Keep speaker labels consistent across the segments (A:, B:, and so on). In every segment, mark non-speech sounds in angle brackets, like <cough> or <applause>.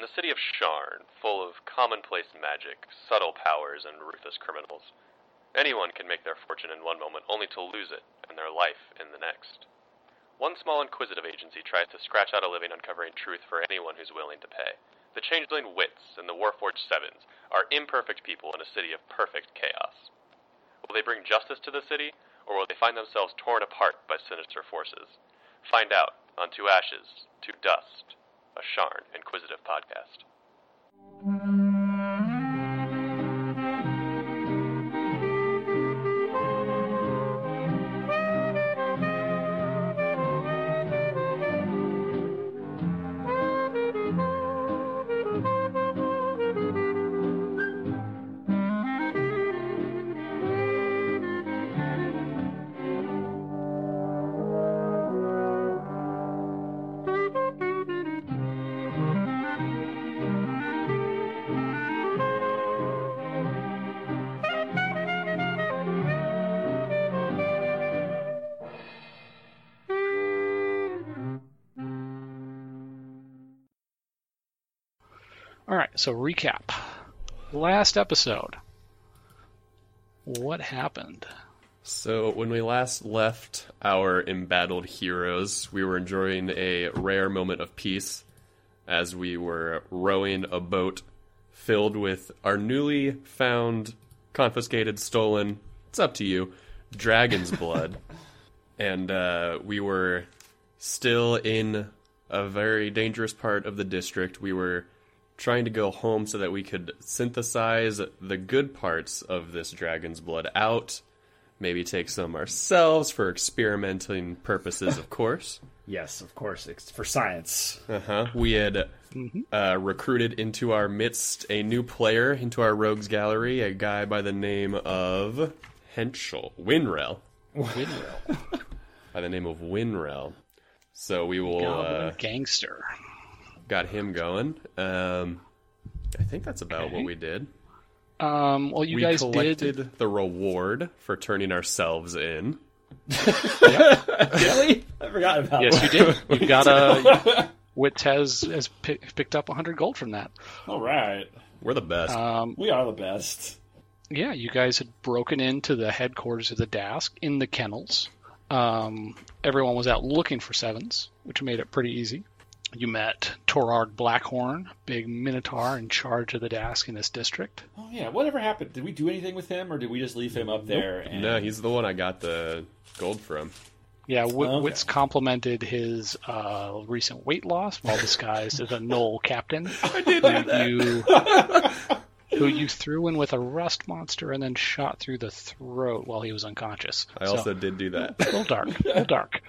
A: a city of Sharn, full of commonplace magic, subtle powers, and ruthless criminals. Anyone can make their fortune in one moment, only to lose it and their life in the next. One small inquisitive agency tries to scratch out a living uncovering truth for anyone who's willing to pay. The Changeling Wits and the Warforged Sevens are imperfect people in a city of perfect chaos. Will they bring justice to the city, or will they find themselves torn apart by sinister forces? Find out on Two Ashes, Two Dust, a Sharn Inquisitive podcast.
B: All right, so recap. Last episode. What happened?
A: So, when we last left our embattled heroes, we were enjoying a rare moment of peace as we were rowing a boat filled with our newly found, confiscated, stolen, it's up to you, dragon's blood. and uh, we were still in a very dangerous part of the district. We were trying to go home so that we could synthesize the good parts of this dragon's blood out. Maybe take some ourselves for experimenting purposes, of course.
C: Yes, of course, it's for science.
A: Uh-huh. We had uh, recruited into our midst a new player into our rogues gallery, a guy by the name of Henschel Winrel,
B: Winrel,
A: <laughs> by the name of Winrel. So we will
B: goblin
A: uh,
B: Oh, gangster.
A: got him going. Um, I think that's about what we did.
B: Um, well, you
A: we
B: guys
A: collected
B: did.
A: the reward for turning ourselves in.
C: really? I forgot about
B: Yes,
C: that.
B: you did. You got a. Witz has has pick, picked up 100 gold from that.
C: All right.
A: <laughs> We're the best.
B: Um,
C: We are the best.
B: yeah, you guys had broken into the headquarters of the Dask in the kennels. Um, everyone was out looking for sevens, which made it pretty easy. You met Torard Blackhorn, big minotaur in charge of the Dask in this district.
C: Oh yeah, whatever happened? Did we do anything with him, or did we just leave him up there? And...
A: no, he's the one I got the gold from.
B: Yeah, w-
C: Okay.
B: Witz complimented his uh, recent weight loss while disguised as a Knoll captain. <laughs> I did who You, <laughs> who you threw in with a rust monster and then shot through the throat while he was unconscious.
A: I
B: So-
A: also did do that.
B: a little dark, a little dark.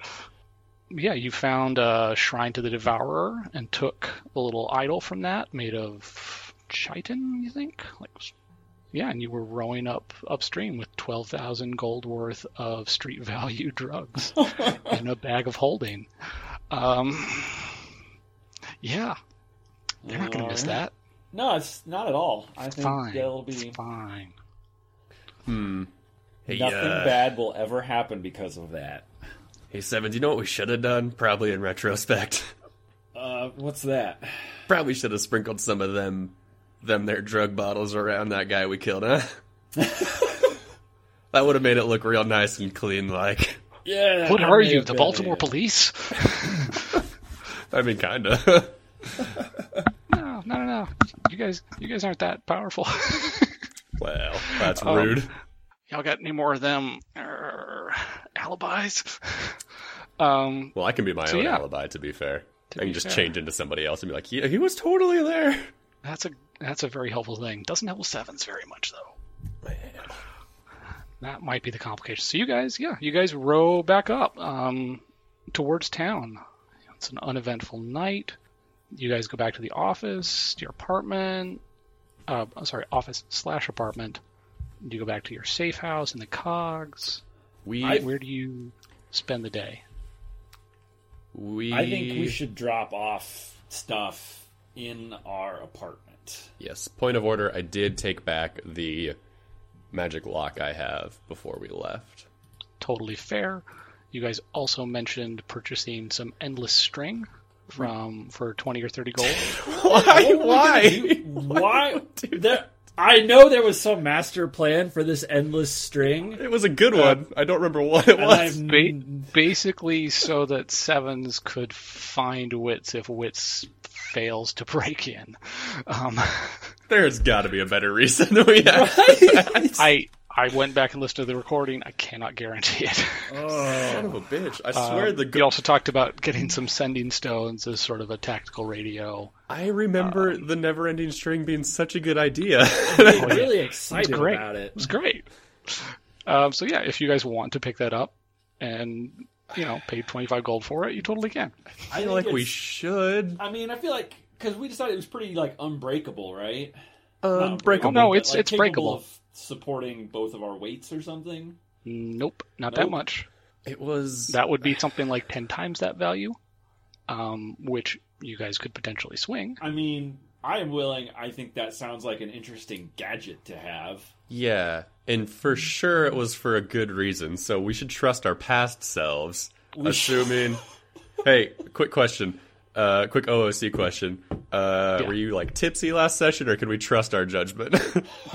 B: Yeah, you found a shrine to the devourer and took a little idol from that, made of chitin, you think? Like, yeah, and you were rowing up upstream with twelve thousand gold worth of street <laughs> value drugs in a bag of holding. Um, yeah, they're not going to miss that.
C: No, it's not at all. I think
B: Fine,
C: that'll
B: it's
C: be
B: fine.
A: Hmm. Hey,
C: nothing
A: uh,
C: bad will ever happen because of that.
A: Hey, Seven, do you know what we should have done? Probably in retrospect. <laughs>
C: Uh, what's that?
A: Probably should have sprinkled some of them, them their drug bottles around that guy we killed, huh? <laughs> that would have made it look real nice and clean. Like,
C: Yeah. that
B: What are
C: may
B: you,
C: have
B: the
C: been
B: Baltimore
C: it.
B: police?
A: I mean, kinda. <laughs>
B: No, no, no, no. You guys, you guys aren't that powerful. <laughs>
A: well, that's
B: Um,
A: rude.
B: Y'all got any more of them er, alibis? <laughs> um,
A: Well, I can be my
B: so
A: own
B: yeah.
A: alibi. To be fair, I
B: be
A: can just
B: fair.
A: change into somebody else and be like, "Yeah, he was totally there."
B: that's a that's a very helpful thing. Doesn't help with sevens very much though. That might be the complication. So you guys, yeah, you guys row back up um, towards town. It's an uneventful night. You guys go back to the office, to your apartment. Uh, I'm sorry, office slash apartment. You go back to your safe house and the cogs.
A: We
B: Where do you spend the day?
A: we
C: I think we should drop off stuff in our
D: <laughs>
C: apartment.
A: Yes, point of order. I did take back the magic lock I have before we left.
B: totally fair. You guys also mentioned purchasing some endless string from for twenty or thirty gold.
A: <laughs>
D: Why? Why?
C: Why? There, I know there was some master plan for this endless string.
D: It was a good one. I don't remember what it
C: Uh, And I've
D: was.
B: Ba- basically, so that sevens could find wits if wits fails to break in. Um,
D: There's got to be a better reason we have.
B: I I went back and listened to the recording. I cannot guarantee it.
D: <laughs>
B: <laughs>
D: Son of a bitch! I swear the
B: Uh, we
D: go-
B: also talked about getting some sending stones as sort of a tactical radio.
D: I
B: Uh,
D: remember the never-ending string being such a good
C: <laughs>
D: idea. <laughs>
C: I'm really excited
B: Great.
C: about it.
B: It's great. Um, so yeah, if you guys want to pick that up and you know pay twenty five gold for it, you totally can.
D: I feel
C: think
D: like we
C: it's-
D: should.
C: I mean, I feel like because we decided it was pretty like unbreakable, right?
D: um,
C: Not
D: Unbreakable.
B: No,
C: but,
B: it's-
C: like,
B: it's
C: capable
B: breakable.
C: Of supporting both of our weights or something.
B: Nope, not that
C: Nope.
B: much.
D: It was
B: That would be something like ten times that value, um, which you guys could potentially swing.
C: I mean, I am willing. I think that sounds like an interesting gadget to have. <laughs>
D: yeah, and for sure it was for a good reason. So we should trust our past selves.
C: <laughs>
D: assuming. hey, quick question. Uh, quick OOC question. Uh,
B: Yeah.
D: Were you like tipsy last session, or can we trust our judgment? <laughs>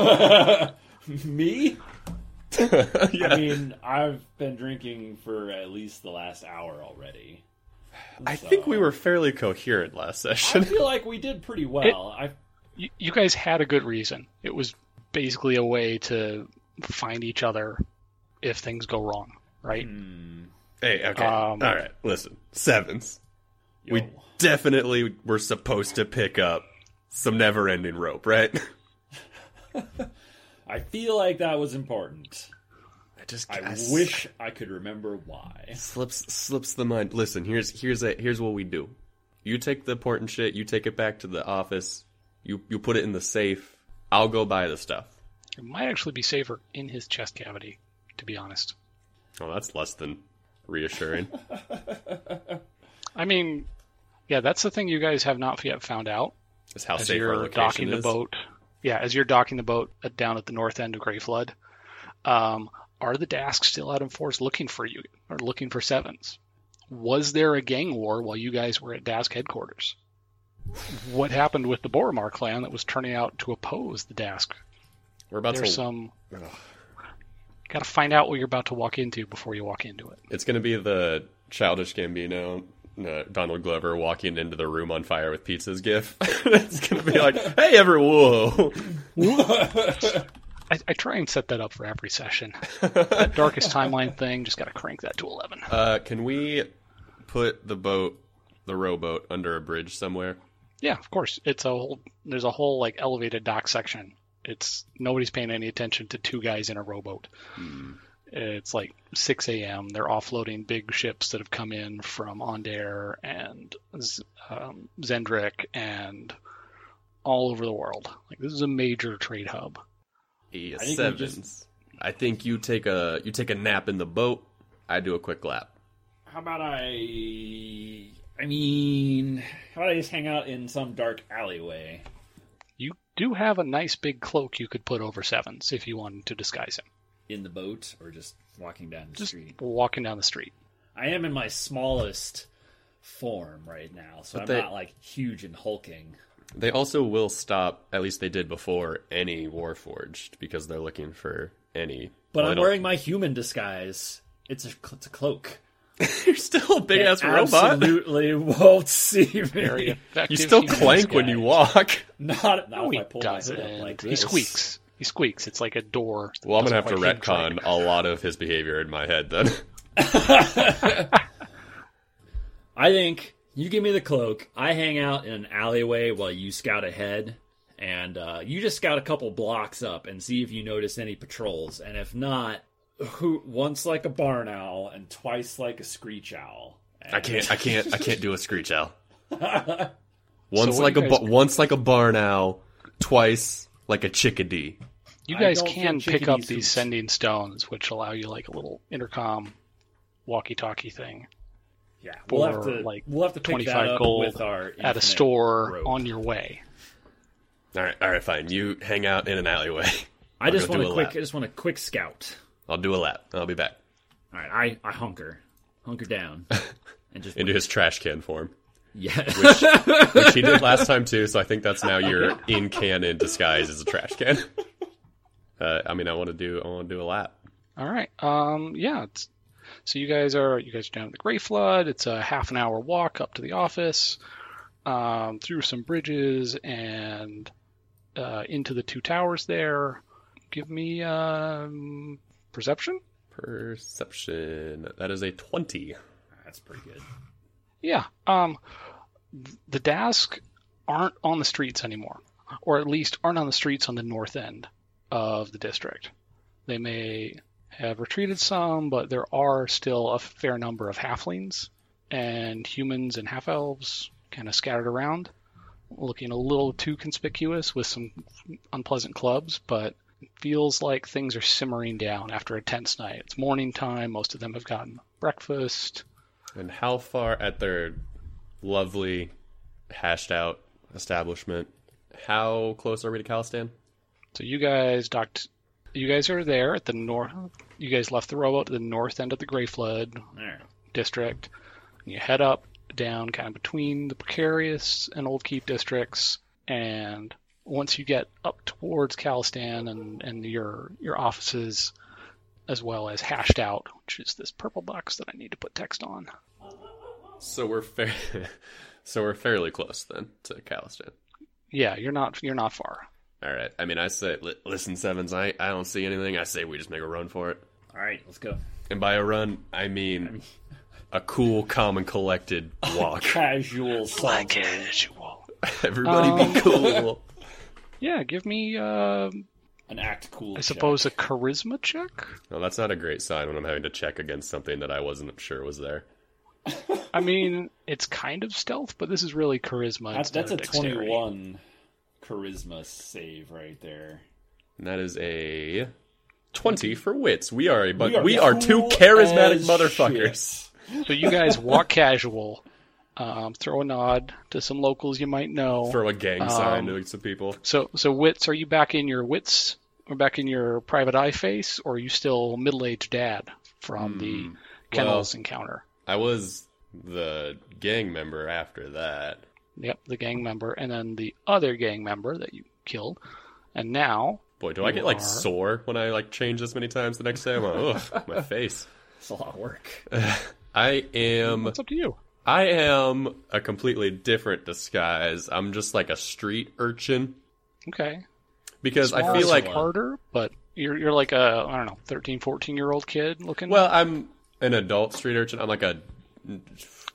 C: Me?
D: yeah.
C: I mean, I've been drinking for at least the last hour already.
D: <laughs> I think we were fairly coherent last
C: I
D: session.
C: feel like we did pretty well. I
B: You, you guys had a good reason. It was basically a way to find each other if things go wrong, right?
D: <laughs> hey, okay.
B: Um,
D: All right, listen. Sevens. We
C: Yo.
D: definitely were supposed to pick up some never ending rope, right?
C: I feel like that was important.
D: I just
C: I
D: s-
C: wish I could remember why.
D: slips slips the mind. Listen, here's here's a here's what we do. You take the important shit, you take it back to the office, you you put it in the safe, I'll go buy the stuff.
B: It might actually be safer in his chest cavity, to be honest.
D: Oh, that's less than reassuring.
B: I mean, yeah, that's the thing you guys have not yet found out.
D: That's how
B: As
D: safe our
B: you're
D: location
B: docking
D: is.
B: the boat, yeah, as you're docking the boat at, down at the north end of Grey Flood, um, are the Dask still out in force looking for you or looking for Sevens? Was there a gang war while you guys were at Dask headquarters? What happened with the Boromar clan that was turning out to oppose the Dask?
D: We're about to
B: There's some. Got to find out what you're about to walk into before you walk into it.
D: It's gonna be the childish Gambino, uh, Donald Glover walking into the room on fire with pizzas gif. <laughs> it's gonna be like, hey, everyone, <laughs> whoa.
B: I, I try and set that up for every
D: <laughs>
B: session. that darkest timeline thing, just got to crank that to 11.
D: Uh, can we put the boat, the rowboat, under a bridge somewhere?
B: Yeah, of course. It's a whole. There's a whole like elevated dock section. It's nobody's paying any attention to two guys in a rowboat. It's like 6 a.m. They're offloading big ships that have come in from Ondair and Z- um, Zendrick and all over the world. Like this is a major trade hub.
D: Yeah,
C: I think we
D: E sevens. I think you take a you take a nap in the boat. I do a quick lap.
C: How about I? I mean, how about I just hang out in some dark alleyway?
B: You do have a nice big cloak you could put over Sevens if you wanted to disguise him.
C: in the boat or just walking down the
B: Just
C: street.
B: walking down the street.
C: I am in my smallest form right now, so I'm
D: they-
C: not like huge and hulking.
D: They also will stop. At least they did before any Warforged because they're looking for any.
C: But
D: Well, they
C: I'm
D: don't-
C: wearing my human disguise. It's a cl- it's a cloak.
D: <laughs> You're still a big ass
C: They
D: robot.
C: Absolutely <laughs> won't see
B: Very
C: me.
B: effective.
D: You still
B: human
D: clank when you walk.
C: Not, not
B: No,
C: if
B: Oh, he
C: I pull my
B: doesn't.
C: hood up like this.
B: he squeaks. He squeaks. It's like a door. that
D: Well, I'm gonna have to
B: doesn't quite
D: retcon
B: hinge
D: a lot of his behavior in my head then.
C: I think you give me the cloak. I hang out in an alleyway while you scout ahead, and uh, you just scout a couple blocks up and see if you notice any patrols. And if not, who once like a barn owl and twice like a screech owl.
D: <laughs> I can't. I can't. I can't do a screech <laughs> owl. Once
B: So what
D: like
B: do
D: a
B: you
D: ba-
B: guys-
D: once like a barn owl, twice like a chickadee.
B: You
C: I
B: guys
C: don't
B: can
C: feel
B: pick up
C: chickadee
B: these
C: suits.
B: sending stones, which allow you like a little intercom, walkie-talkie thing
C: Yeah, we'll have
B: for,
C: to
B: like,
C: we'll have to pick that
B: 25
C: up
B: gold
C: with our
B: at a
C: infinite
B: store
C: rope.
B: on your way.
D: All right. All right. Fine. You hang out in an alleyway. <laughs>
C: I just
D: go do
C: want a
D: a
C: quick.
D: lap.
C: I just want a quick scout.
D: I'll do a lap. I'll be back.
C: All right, I I hunker, hunker down, and just
D: into his trash can form.
A: Yeah.
C: <laughs>
D: which he did last time too. So I think that's now <laughs> your in can in disguise as a trash can. Uh, I mean, I want to do I want to do a lap.
B: All right. Um, yeah. It's, so you guys are you guys are down at the Gray Flood. It's a half an hour walk up to the office, um, through some bridges and uh, into the two towers there. Give me um, perception.
D: Perception. That is a twenty.
A: That's pretty good.
B: Yeah. Um, th- the Dask aren't on the streets anymore, or at least aren't on the streets on the north end of the district. They may have retreated some, but there are still a fair number of halflings and humans and half elves kind of scattered around, looking a little too conspicuous with some unpleasant clubs, but it feels like things are simmering down after a tense night. It's morning time, most of them have gotten breakfast.
D: And how far at their lovely hashed out establishment? How close are we to Calistan?
B: So you guys docked. You guys are there at the north. You guys left the rowboat at the north end of the Gray Flood
A: There.
B: district. And you head up down kind of between the Precarious and Old Keep districts. And once you get up towards Calistan and, and your your offices, as well as hashed out, which is this purple box that I need to put text on.
D: So we're fair. <laughs> so we're fairly close then to Calistan.
B: Yeah, you're not you're not far.
D: All right. I mean, I say, li- listen, Sevens. I I don't see anything. I say we just make a run for it.
A: All right, let's go.
D: And by a run, I mean a cool, calm, and collected <laughs> walk.
A: Casual
B: Like
A: saunter.
B: usual.
D: Everybody be cool. <laughs>
B: Yeah, give me um
A: An act cool.
B: I
A: check.
B: suppose a charisma check.
D: No, that's not a great sign when I'm having to check against something that I wasn't sure was there.
B: I mean, it's kind of stealth, but this is really charisma.
A: That-
B: instead
A: that's a
B: of dexterity.
A: twenty-one charisma save right there.
D: And that is a 20 for wits. We are a bu- we
A: We are
D: are, two
A: cool
D: charismatic
A: as
D: motherfuckers.
B: So you guys
A: <laughs>
B: walk casual, um, throw a nod to some locals you might know.
D: Throw a gang sign
B: Um,
D: to some people.
B: So, so wits, are you back in your wits, or back in your private eye face, or are you still middle-aged dad from
D: Hmm,
B: the kennels encounter?
D: I was the gang member after that.
B: Yep, the gang member, and then the other gang member that you killed, and now
D: Boy, do I get like
B: are-
D: sore when I like change this many times the next day? I'm like, ugh, my <laughs> face.
A: It's a lot of work.
D: I am
B: it's up to you.
D: I am a completely different disguise. I'm just like a street urchin
B: Okay,
D: because I
B: Smaller
D: feel
B: is
D: like
B: harder, but you're you're like a I don't know, 13, 14 year old kid looking.
D: well, I'm an adult street urchin. I'm like a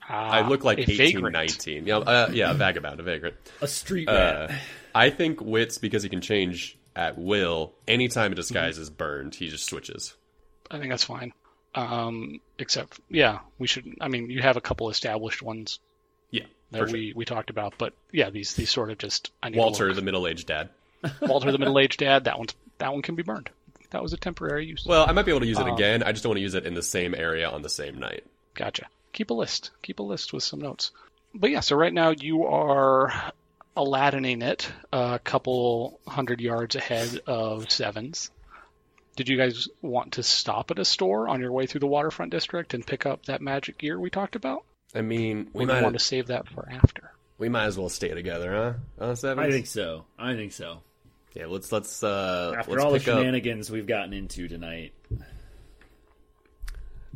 D: I look like
B: Uh, a
D: 18,
B: vagrant.
D: 19. Yeah, uh, yeah, a vagabond, a vagrant.
A: A street
D: Uh,
A: rat.
D: I think Wits because he can change at will. Anytime a disguise is burned, he just switches.
B: I think that's fine. Um, except, yeah, we should. I mean, you have a couple established ones
D: Yeah,
B: that
D: for sure.
B: we, we talked about, but yeah, these these sort of just I need to
D: Walter,
B: look.
D: the middle-aged dad. <laughs>
B: Walter the middle aged dad. That one's that one can be burned. That was a temporary use.
D: Well, I might be able to use it again. I just don't want to use it in the same area on the same night.
B: Gotcha. Keep a list. Keep a list with some notes. But yeah, so right now you are Aladining it a couple hundred yards ahead of Sevens. Did you guys want to stop at a store on your way through the waterfront district and pick up that magic gear we talked about?
D: I mean, we
B: Or do you
D: might
B: want to save that for after?
D: we might as well stay together, huh? Huh, Sevens?
A: I think so. I think so.
D: Yeah, let's let's uh
A: After
D: let's
A: all the
D: pick up
A: shenanigans we've gotten into tonight,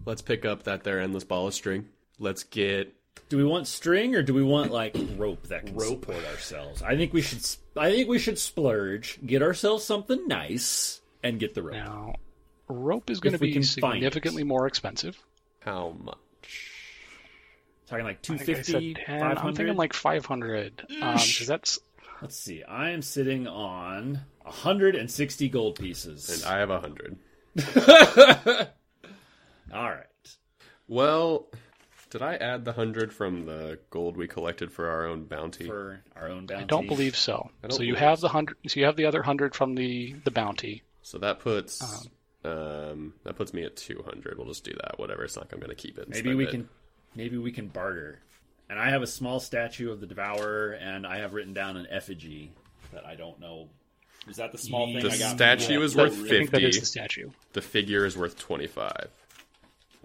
D: let's pick up that there endless ball of string. Let's get
A: do we want string or do we want like <coughs> rope that can support ourselves? I think we should. s- I think we should splurge, get ourselves something nice, and get the rope.
B: Now, rope is going to
A: If we
B: be
A: can find it.
B: significantly more expensive.
D: how much?
A: Talking like
B: I think I said
A: 250,
B: 10. I'm
A: 500?
B: thinking like 500. Um, 'cause that's
A: Let's see. I am sitting on 160 gold pieces.
D: And I have a hundred.
A: All right.
D: Well, did I add the hundred from the gold we collected for our own bounty?
A: For our own bounty.
B: I don't believe so.
D: I don't
B: So you
D: believe
B: have the hundred. So you have the other hundred from the the bounty.
D: So that puts
A: Uh-huh.
D: um that puts me at two hundred. We'll just do that. Whatever. It's not. I'm gonna keep it. and
A: Maybe
D: spend
A: we
D: it.
A: can maybe we can barter. And I have a small statue of the devourer and I have written down an effigy that I don't know. Is that the small thing
D: The
A: I got?
D: statue is worth
B: I think that
D: fifty.
B: is the statue.
D: The figure is worth twenty five.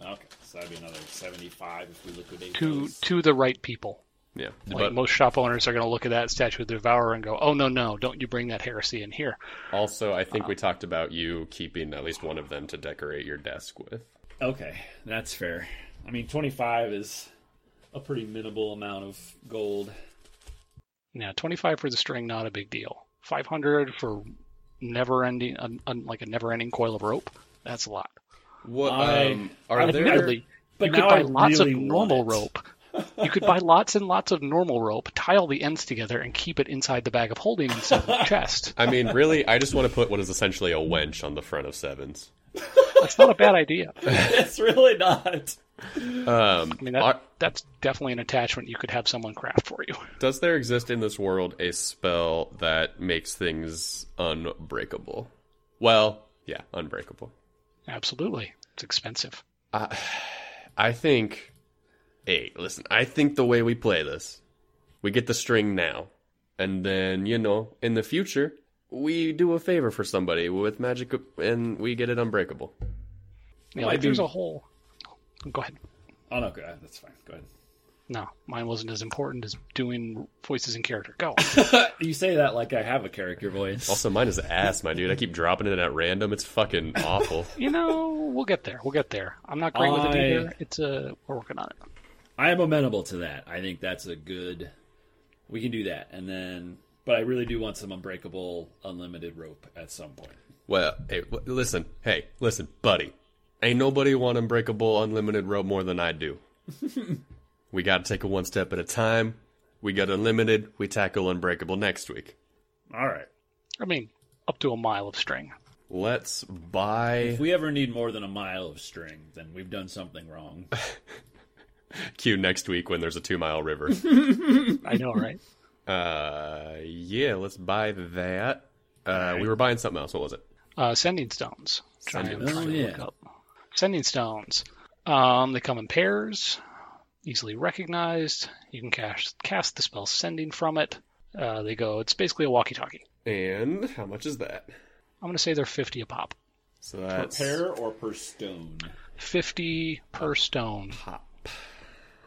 A: Okay. So that'd be another 75 if we liquidate
B: To
A: those.
B: to the right people.
D: Yeah,
B: Like
D: but
B: most shop owners are going to look at that statue of the devourer and go, "Oh no, no! Don't you bring that heresy in here."
D: also, I
A: Uh-huh.
D: think we talked about you keeping at least one of them to decorate your desk with.
A: Okay, that's fair. I mean, 25 is a pretty minimal amount of gold.
B: Now, twenty-five for the string, not a big deal. Five hundred for never-ending, un, un, like a never-ending coil of rope. That's a lot.
D: What
A: I-
D: um, are
A: I-
D: there?
B: Admittedly,
A: But
B: you could
A: now
B: buy
A: I
B: lots
A: really
B: of
A: want
B: normal
A: it. <laughs>
B: rope. You could buy lots and lots of normal rope, tie all the ends together, and keep it inside the bag of holding instead of the chest.
D: I mean, really, I just want to put what is essentially a wench on the front of sevens.
B: That's not a bad idea. I
A: That's really not.
D: Um,
B: mean, that,
D: are-
B: that's definitely an attachment you could have someone craft for you.
D: does there exist in this world a spell that makes things unbreakable? Well, yeah, unbreakable.
B: Absolutely, it's expensive.
D: I think. Hey, listen, I think the way we play this, we get the string now. And then, you know, in the future, we do a favor for somebody with magic and we get it unbreakable.
B: Yeah,
A: Might
B: like, there's
A: be-
B: a whole. Go ahead.
A: Oh, no, go ahead. That's fine. Go ahead.
B: No, mine wasn't as important as doing voices in character. Go. <laughs>
A: You say that like I have a character voice.
D: Also, mine is ass, my dude. I keep dropping it at random. It's fucking awful.
B: you know, we'll get there. We'll get there. I'm not great with
A: I-
B: it either. It's uh, we're working on it.
A: I am amenable to that. I think that's a good. We can do that, and then. But I really do want some unbreakable, unlimited rope at some point.
D: Well, hey, w- listen, hey, listen, buddy. Ain't nobody want unbreakable unlimited rope more than
B: <laughs>
D: I do. we got to take it one step at a time. We got unlimited. We tackle unbreakable next week.
A: All right.
B: I mean, up to a mile of string. <laughs>
D: Let's buy
A: If we ever need more than a mile of string, then we've done something wrong.
D: Q next week when there's a two
B: <laughs>
D: mile river.
B: I know, right?
D: uh, yeah, let's buy that. Uh, we were buying something else. What was it?
B: <laughs> Uh, sending stones. Try
D: Sending-
B: and
A: oh,
B: find-
A: yeah.
B: look up. Sending stones. Um, they come in pairs, easily recognized. You can cast cast the spell sending from it. Uh, they go. It's basically a walkie-talkie.
D: And how much is that?
B: I'm going to say they're 50 a pop.
D: So that's
A: or per stone.
B: 50 per stone.
D: pop.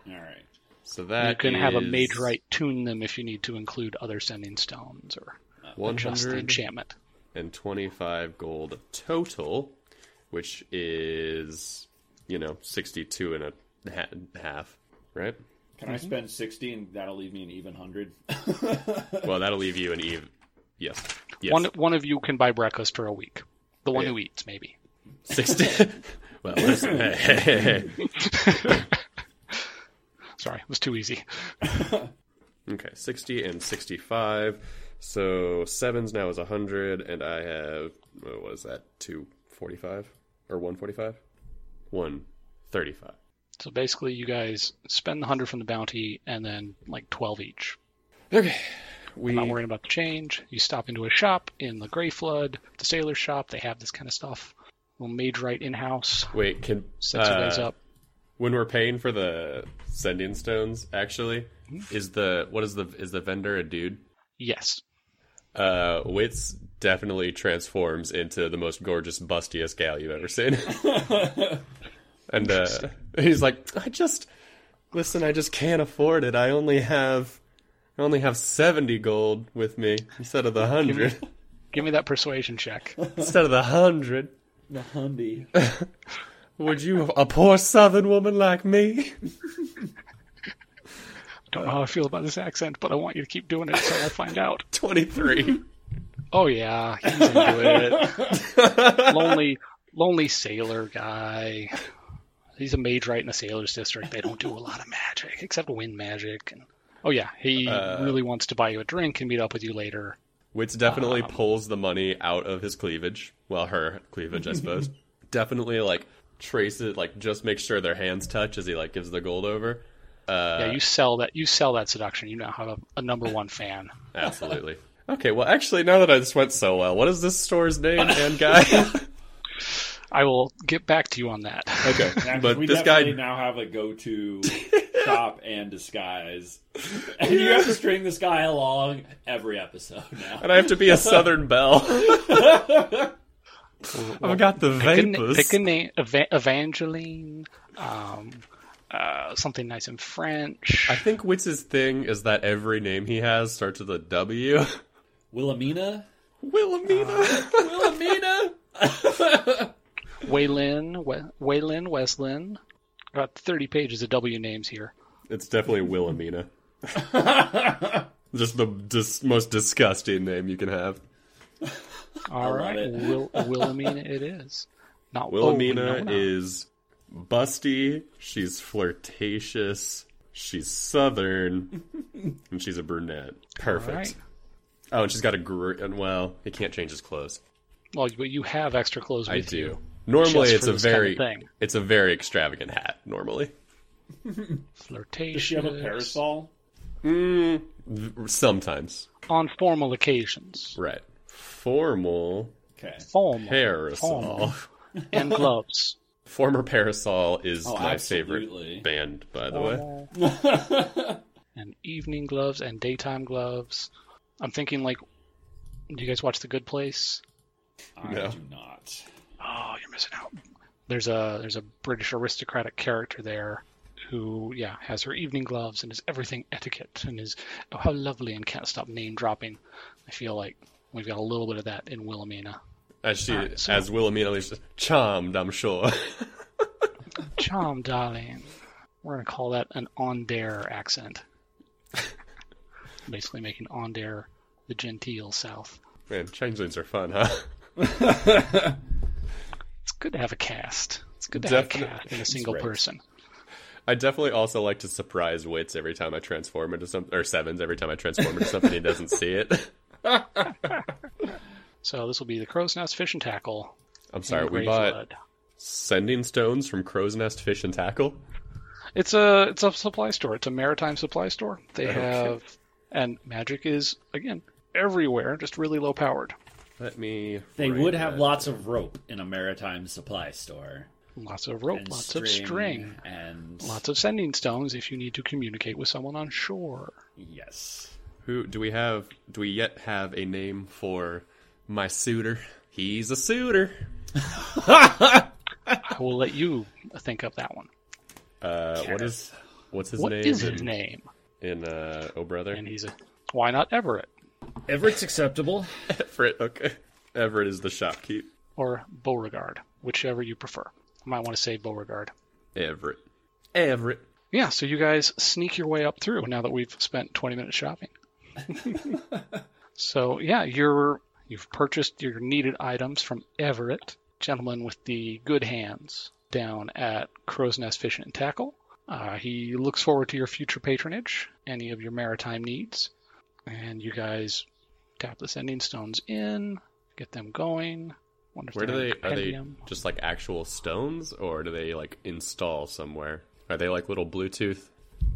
A: All right.
D: So that
B: you can have a
D: is
B: mage right tune them if you need to include other sending stones or adjust the
D: 100.
B: enchantment.
D: and 25 gold total, which is, you know, 62 and a ha- half, right?
A: Can I spend sixty, and that'll leave me an even <laughs> hundred?
D: Well, that'll leave you an Eve. Yes. Yes.
B: One one of you can buy breakfast for a week. The one who eats, maybe.
D: 60. <laughs> well, listen.
B: Sorry, it was too easy. <laughs>
D: okay, 60 and 65. So sevens now is 100, and I have, oh, what is that, 245? Or 145? 135.
B: So basically, you guys spend the hundred from the bounty, and then like twelve each.
D: Okay. We,
B: Not worrying about the change. You stop into a shop in the Grey Flood, the Sailor Shop. They have this kind of stuff. Little mage right in house
D: wait, can.
B: sets you guys
D: uh,
B: up.
D: when we're paying for the sending stones actually is the what is the is the vendor a dude
B: Yes,
D: uh wits definitely transforms into the most gorgeous bustiest gal you've ever seen and uh he's like i just listen i just can't afford it i only have i only have 70 gold with me instead of the 100
B: give me that persuasion check.
D: instead of the 100
A: The hundy.
D: would you a poor southern woman like me
B: Don't know how I feel about this accent, but I want you to keep doing it until I find out.
D: 23
B: Oh yeah, he's into it. lonely, lonely sailor guy. He's a mage right in the sailors district. They don't do a lot of magic except wind magic. And oh yeah, he really wants to buy you a drink and meet up with you later.
D: Wits definitely
C: Um,
D: pulls the money out of his cleavage. Well, her cleavage,
C: <laughs>
D: I suppose. definitely like traces, like just make sure their hands touch as he like gives the gold over.
B: yeah, you sell that. You sell that seduction. You now have a, a number one fan.
C: <laughs>
D: Absolutely. okay, well, actually, now that I just went so well, what is this store's
C: <laughs>
D: name and guy?
B: I will get back to you on that. <laughs>
D: okay,
C: Yeah, 'cause
D: but
C: we
D: this guy,
C: definitely now have a go-to
A: <laughs>
C: shop and disguise, and you have to string this guy along every episode now.
D: and I have to be a Southern Belle.
C: <laughs>
D: I've got the
B: Pick a, na-
D: vapors.
B: pick a name. Eva- Evangeline. Um, uh, something nice in French.
D: I think Witz's thing is that every name he has starts with a W. <laughs>
C: Wilhelmina?
D: Wilhelmina.
B: Uh,
C: Wilhelmina?
B: Waylin, we- Waylin, Weslin. About 30 pages of W names here.
D: it's
B: <laughs>
D: definitely Wilhelmina. Just the dis- most disgusting name you can have.
B: All right,
C: it. <laughs>
B: Will- Wilhelmina it is. Not oh,
D: Wilhelmina
B: Winona.
D: is busty, she's flirtatious,
B: <laughs>
D: she's southern, and she's a brunette. Perfect.
B: Right.
D: Oh, and she's got a gr- and well, he can't change his clothes.
B: Well, but you have extra clothes with
D: I
B: you.
D: do. Normally
B: Just
D: it's
B: for
D: a
B: this kind of
D: very
B: thing.
D: it's a very extravagant hat normally.
B: Flirtatious.
C: Does she have a parasol?
B: Mm.
D: Sometimes.
B: On formal occasions.
D: Right. Formal
C: Okay.
B: Formal.
D: parasol.
B: Formal. And gloves.
D: Former Parasol is
C: Oh,
D: my
C: absolutely.
D: favorite band, by the way.
B: Formal. and evening gloves and daytime gloves. I'm thinking, like, do you guys watch The Good Place?
C: I
D: No.
C: do not.
B: Oh, you're missing out. There's a there's a British aristocratic character there who, yeah, has her evening gloves and is everything etiquette and is oh how lovely and can't stop name dropping. I feel like we've got a little bit of that in Wilhelmina.
D: As she,
B: Alright, so-
D: as Will immediately says, charmed, I'm sure. <laughs>
B: Charm, darling. We're gonna call that an on dare
D: <laughs>
B: accent. Basically making on dare the genteel south.
D: Man, changelings are fun, huh? <laughs>
B: It's good to have a cast. It's good to have
D: Definitely.
B: a cast in a single
D: right.
B: person.
D: I definitely also like to surprise Wits every time I transform into something, or Sevens every time I transform into something he doesn't see it. <laughs>
B: So this will be the crow's nest fish and tackle.
D: I'm
B: and
D: sorry, we
B: Grey
D: bought
B: Flood.
D: sending stones from Crow's Nest Fish and Tackle.
B: It's a it's a supply store. It's a maritime supply store. They have and magic is again everywhere, just really low powered.
D: Let me.
A: They
D: write
A: would have
D: that.
A: lots of rope in a maritime supply store.
B: Lots of rope,
A: And
B: lots
A: string,
B: of string,
A: And
B: lots of sending stones if you need to communicate with someone on shore.
A: yes.
D: Who do we have? Do we yet have a name for my suitor? He's a suitor.
B: I will let you think of that one.
D: Uh, what is what's his
B: What
D: name?
B: is his
D: in,
B: name?
D: in uh, Oh Brother?
B: And he's a why not Everett
A: Everett's acceptable.
D: Everett. Okay, Everett is the shopkeep.
B: or Beauregard, whichever you prefer. I might want to say Beauregard.
D: Everett. Everett.
B: Yeah, so you guys sneak your way up through now that we've spent 20 minutes shopping. so, yeah, you're you've purchased your needed items from Everett, gentleman with the good hands down at Crow's Nest Fish and Tackle. Uh, he looks forward to your future patronage, any of your maritime needs, and you guys tap the sending stones in, get them going. Wonder if
D: Where do
B: they're in
D: they
B: a
D: are they
B: compendium.
D: just like actual stones or do they like install somewhere? Are they like little Bluetooth?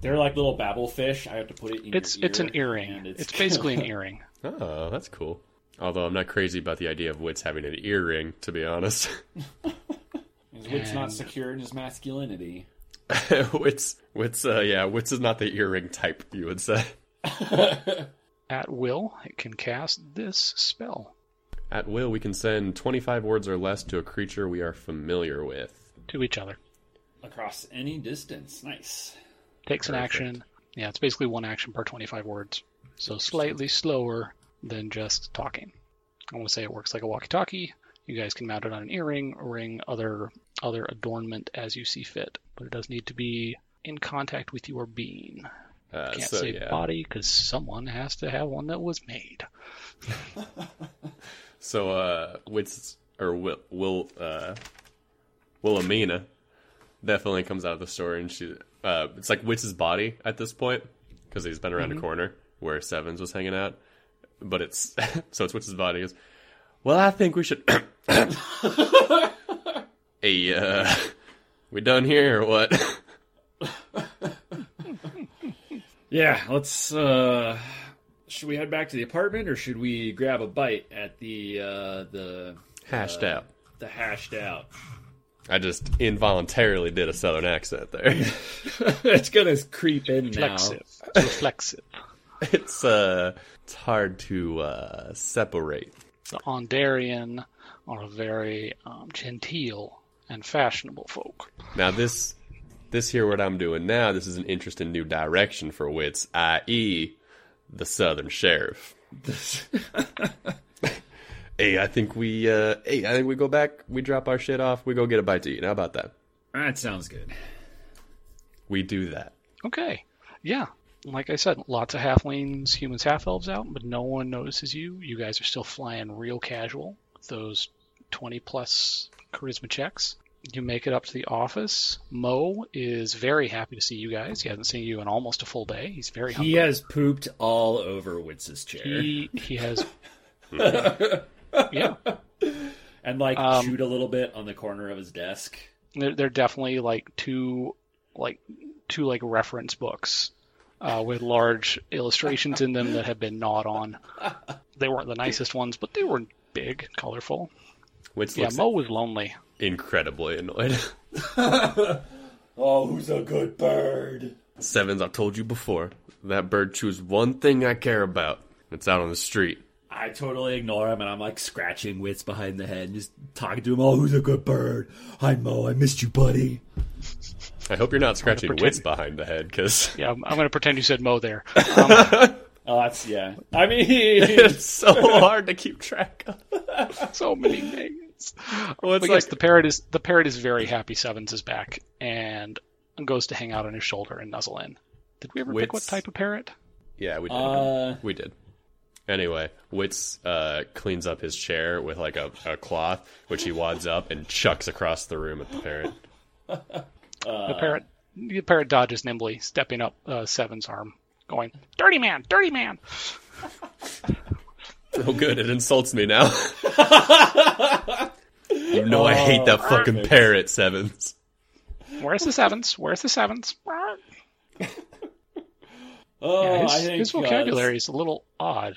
C: They're like little babble fish. I have to put it in
B: It's
C: your
B: it's an
C: ear,
B: earring.
C: and
B: It's,
C: <laughs>
B: basically an earring.
D: Oh, that's cool. Although I'm not crazy about the idea of Wits having an earring, to be honest.
C: His wit's
B: And-
C: not secure in his masculinity.
D: <laughs>
A: <laughs>
C: <laughs>
D: Wits, Wits, uh, yeah, Wits is not the earring type, you would say.
B: At will, it can cast this spell.
D: At will, we can send 25 words or less to a creature we are familiar with.
B: to each other.
C: Across any distance. Nice.
B: Takes an
D: Perfect.
B: action. Yeah, it's basically one action per 25 words. So slightly slower than just talking. I want to say it works like a walkie-talkie. You guys can mount it on an earring, ring, other other adornment as you see fit, but it does need to be in contact with your being.
D: Uh,
B: Can't
D: so
B: say
D: yeah,
B: body because someone has to have one that was made.
D: so uh, Wits or Will, Will uh, Wilhelmina definitely comes out of the store, and she, uh, it's like Wits's body at this point because he's been around a corner where Sevens was hanging out, but it's <laughs> so it's Wits's body. He Goes, well, I think we should. <coughs> hey, uh, we done here or what?
A: Yeah, let's uh should we head back to the apartment or should we grab a bite at the uh the
D: <laughs>
A: uh,
D: Hashed out.
A: the hashed out?
D: Uh,
A: <laughs>
D: I just involuntarily did a southern accent there. <laughs>
A: it's gonna creep in now.
B: Flexive. Reflexive.
D: it's uh it's hard to uh separate
B: The Ondarian are a very um, genteel and fashionable folk.
D: now this This here, what I'm doing now, this is an interesting new direction for wits, i.e., the Southern Sheriff. hey, I think we, uh, hey, I think we go back, we drop our shit off, we go get a bite to eat. How about that?
A: <laughs> That sounds good.
D: We do that.
B: Okay. Yeah. Like I said, lots of halflings, humans, half elves out, but no one notices you. You guys are still flying real casual. with Those 20 plus charisma checks. You make it up to the office. Mo is very happy to see you guys. He hasn't seen you in almost a full day. He's very hungry.
A: He has pooped all over Witz's chair
B: He, he has. yeah.
C: and like
B: Um,
C: chewed a little bit on the corner of his desk.
B: they're, they're definitely like two like two like reference books uh, with large illustrations in them that have been gnawed on. They weren't the nicest ones, but they were big, and colorful.
D: Wits
B: Yeah,
D: looks
B: Mo was lonely.
D: incredibly annoyed. <laughs>
C: Oh, who's a good bird?
D: Sevens, I've told you before, that bird chews one thing I care about. It's out on the street.
A: I totally ignore him and I'm like scratching Wits behind the head and just talking to him. Oh, who's a good bird? Hi, Mo. I missed you, buddy.
D: I hope you're not scratching
B: pretend-
D: wits behind the head, because
B: Yeah, I'm, I'm going to pretend you said Mo there. Um,
C: Oh, that's
B: <laughs>
C: yeah. I mean,
D: <laughs> it's so hard to keep track of.
B: so many names.
D: Well,
B: But
D: it's like
B: yes, the parrot is the parrot is very happy. Sevens is back and goes to hang out on his shoulder and nuzzle in. Did we ever pick what
D: Wits-
B: type of parrot?
D: yeah, we did.
C: uh,
D: we did. Anyway, Wits uh, cleans up his chair with like a, a cloth, which he wads up and chucks across the room at the parrot.
B: The
D: Uh,
B: parrot, the parrot dodges nimbly, stepping up uh, Seven's arm, going, "Dirty man, dirty man."
D: Oh, good, it insults me now. you know I hate that
C: Oh,
D: fucking parrot, Sevens.
B: Where's the sevens? Where's the sevens?
C: <laughs> oh,
B: Yeah, his,
C: I think
B: his
C: uh,
B: vocabulary is a little odd.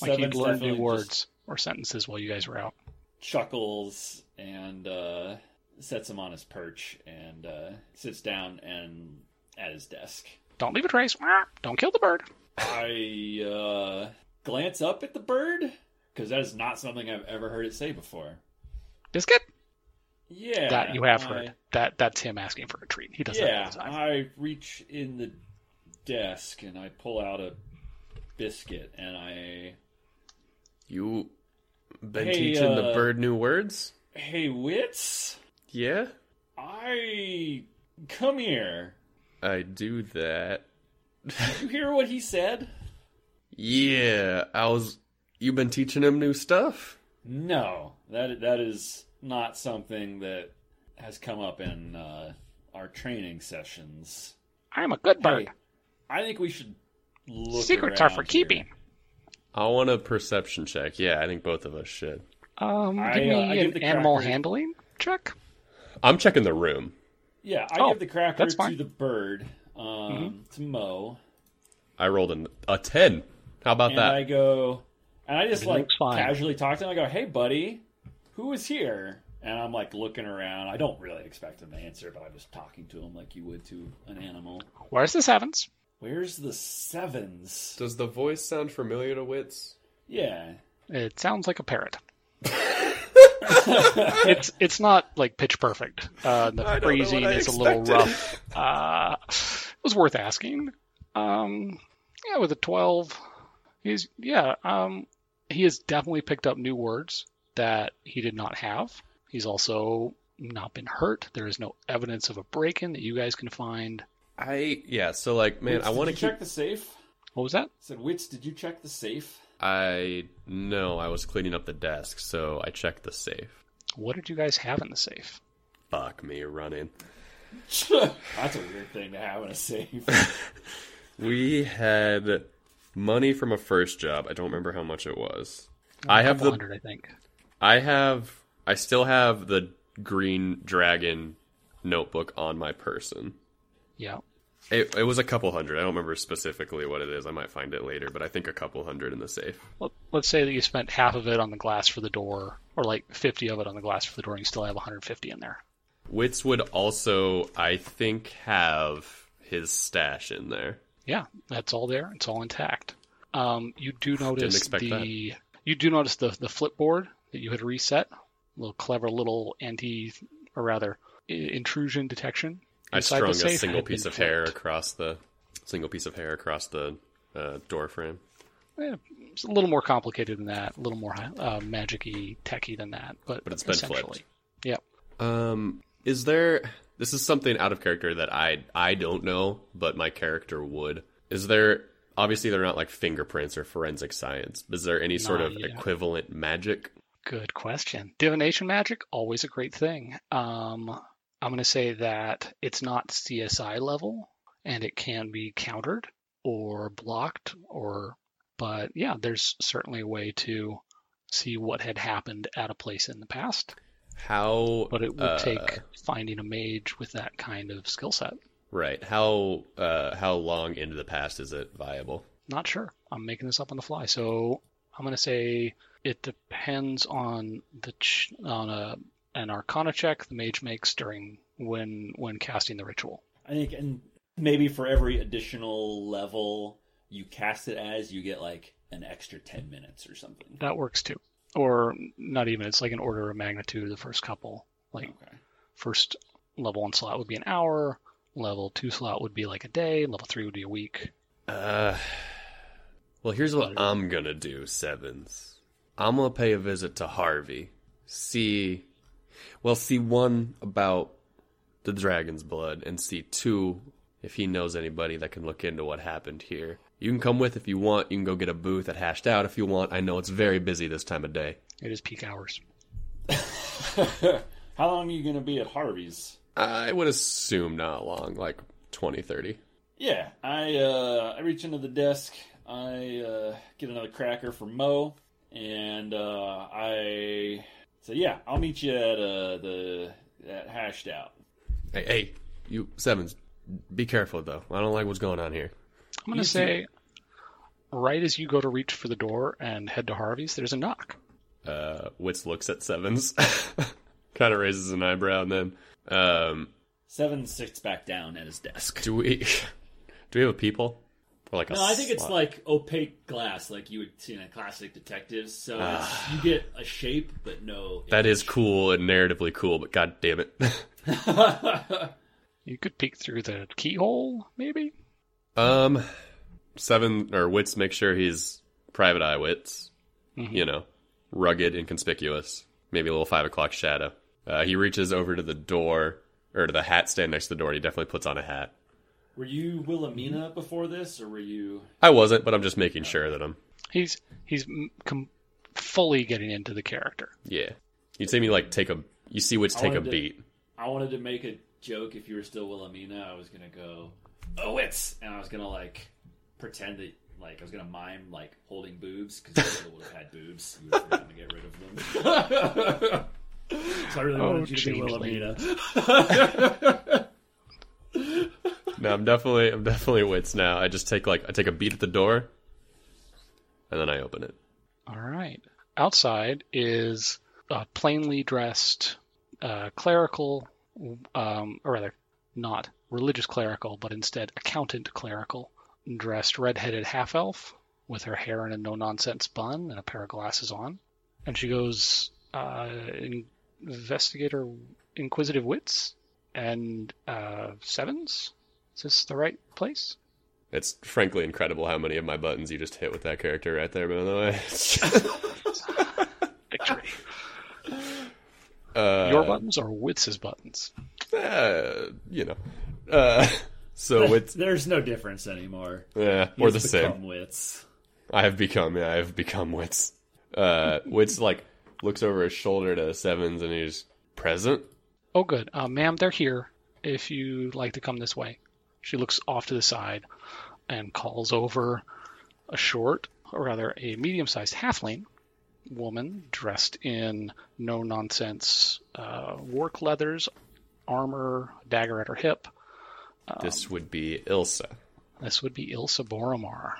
B: Like
C: Seven's
B: he'd learn
C: definitely
B: new
C: just
B: words or sentences while you guys were out.
C: Chuckles and uh, sets him on his perch and uh, sits down and at his desk.
B: Don't leave a trace. Don't kill the bird.
C: I uh, glance up at the bird because that is not something I've ever heard it say before.
B: Biscuit.
C: Yeah,
B: that you have
C: I-
B: heard. That that's him asking for a treat. He does that
C: Yeah,
B: all the time.
C: I reach in the desk and I pull out a biscuit and I
D: You been
C: Hey,
D: teaching the
C: uh,
D: bird new words?
C: Hey Wits,
D: Yeah,
C: I come here.
D: I do that.
C: You hear what he said?
D: Yeah, I was. You've been teaching him new stuff.
C: No, that that is not something that has come up in uh, our training sessions.
B: I'm a good bird.
C: Hey, I think we should look.
B: Secrets are
C: around
B: for
C: here.
B: keeping.
D: I want a perception check. Yeah, I think both of us should.
B: Um,
C: I,
B: give me
C: uh, I give
B: an
C: the
B: animal
C: cracker-
B: handling check.
D: I'm checking the room.
C: Yeah, I
B: Oh,
C: give the cracker
B: that's
C: to
B: fine. Mm-hmm.
C: the bird, um, to Mo,
D: I rolled an, a ten. How about
C: and
D: that?
C: I go, and I just like
B: looks fine.
C: casually talk to him. I go, "Hey, buddy, who is here?" And I'm like looking around. I don't really expect him to answer, but I'm just talking to him like you would to an animal.
B: Where's the sevens?
C: Where's the sevens?
D: Does the voice sound familiar to Wits?
C: Yeah.
B: It sounds like a
D: <laughs>
B: parrot. it's it's not like pitch perfect. Uh, the
D: don't know
B: phrasing
D: what I
B: is a little
D: expected.
B: rough. Uh, it was worth asking. Um, yeah, with a twelve, he's yeah. Um, he has definitely picked up new words that he did not have. He's also not been hurt. There is no evidence of a break-in that you guys can find.
D: I yeah. So like, man,
C: Wits,
D: I
C: did
D: want to
C: you
D: keep.
C: check the safe.
B: What was that?
C: I said, Wits, did you check the safe? <laughs>
D: I no, I was cleaning up the desk, so I checked the safe.
B: What did you guys have in the safe?
D: Fuck me, running.
C: That's a weird thing to have in a
D: <laughs>
C: safe.
D: We had money from a first job. I don't remember how much it was. I have the
B: 100, I think.
D: I have I still have the green dragon notebook on my person.
B: Yeah.
D: It, it was a couple hundred. I don't remember specifically what it is. I might find it later, but I think a couple hundred in the safe.
B: Let- let's say that you spent half of it on the glass for the door, or like 50 of it on the glass for the door, and you still have 150 in there.
D: Wits would also, I think, have his stash in there.
B: Yeah, that's all there. It's all intact. Um, you do notice
D: expect
B: the you do notice the the flipboard that you had reset. Little clever little anti, or rather i- intrusion detection
D: I
B: Inside the
D: strung a
B: safe
D: single
B: had
D: piece
B: been
D: of hair
B: flipped.
D: across the single piece of hair across the uh, door frame.
B: Eh, it's a little more complicated than that, a little more uh, magic-y, techy than that, but,
D: But it's been
B: essentially.
D: flipped.
B: Yep.
D: Um, is there? This is something out of character that I I don't know, but my character would. Is there? Obviously, they're not like fingerprints or forensic science. Is there any sort
B: Not
D: of
B: yet.
D: equivalent magic?
B: Good question. Divination magic, always a great thing. Um, I'm going to say that it's not CSI level and it can be countered or blocked or but yeah, there's certainly a way to see what had happened at a place in the past,
D: How?
B: but it would
D: uh,
B: take finding a mage with that kind of skill set.
D: right. How uh, how long into the past is it viable?
B: Not sure. I'm making this up on the fly. So I'm going to say it depends on the ch- on a an arcana check the mage makes during when when casting the ritual.
C: I think, and maybe for every additional level you cast it as, you get like an extra ten minutes or something. <laughs>
B: That works too. Or not even it's like an order of magnitude of the first couple. Like
C: Okay.
B: first level 1 slot would be an hour, level 2 slot would be like a day, level 3 would be a week.
D: Uh, well, here's what I'm gonna do, Sevens. I'm gonna pay a visit to Harvey. See, well, see one about the dragon's blood, and see two if he knows anybody that can look into what happened here. You can come with if you want. You can go get a booth at Hashed Out if you want. I know it's very busy this time of day.
B: It is peak hours.
C: How long are you going to be at Harvey's?
D: I would assume not long, like 20, 30.
C: Yeah, I uh, I reach into the desk. I uh, get another cracker for Mo, and uh, I say, "Yeah, I'll meet you at uh, the at hashed out."
D: Hey, hey, you Sevens, be careful though. I don't like what's going on here.
B: I'm going to say right as you go to reach for the door and head to Harvey's, there's a knock.
D: uh, Witz looks at Sevens, <laughs> kind of raises an eyebrow, and then um,
C: Seven sits back down at his desk.
D: do we <laughs> do we have a people or like a?
A: No, I think it's
D: slot?
A: like opaque glass, like you would see in a classic detective. So
C: Ah.
A: it's, you get a shape, but no. <laughs>
D: that is cool and narratively cool, but god damn it. <laughs>
B: You could peek through the keyhole, maybe?
D: um, Seven or Witz makes sure he's private eye Witz,
A: Mm-hmm.
D: you know, rugged and conspicuous, maybe a little five o'clock shadow. Uh, he reaches over to the door or to the hat stand next to the door, and he definitely puts on a hat.
C: Were you Wilhelmina before this, or were you?
D: I wasn't, but I'm just making sure that I'm
B: He's he's m- com- fully getting into the character.
D: Yeah. You'd see me like take a you see what's take a
C: wanted to-
D: beat.
C: I wanted to make a joke. If you were still Wilhelmina, I was gonna go, "Oh, it's," and I was gonna like pretend that like I was gonna mime like holding boobs because you still would have had boobs. You would have forgotten to get rid of them.
A: I really
B: Oh,
A: wanted you to be
B: changeling.
A: Wilhelmina.
D: No, I'm definitely I'm definitely wits now. I just take like I take a beat at the door and then I open it.
B: All right. Outside is a plainly dressed uh, clerical, um, or rather, not religious clerical, but instead accountant clerical, dressed redheaded half elf with her hair in a no nonsense bun and a pair of glasses on. And she goes, uh, Investigator Inquisitive Wits and uh, Sevens? Is this the right place?
D: It's frankly incredible how many of my buttons you just hit with that character right there, by the way. <laughs> It's just-
B: Victory.
D: uh,
B: Your buttons are Wits' buttons.
D: uh, you know. Uh, <laughs>
C: <laughs>
D: so
A: <laughs>
D: it's
A: There's no difference anymore.
D: yeah, or the
A: It's
D: same.
A: become Wits.
D: I have become, yeah, I have become Wits. Uh, Wits like looks over his shoulder to Sevens and he's present.
B: Oh, good. Uh, ma'am, they're here if you'd like to come this way. She looks off to the side and calls over a short, or rather a medium sized halfling woman dressed in no nonsense uh, work leathers, armor, dagger at her hip.
D: this would be Ilsa.
B: This would be Ilsa Boromar.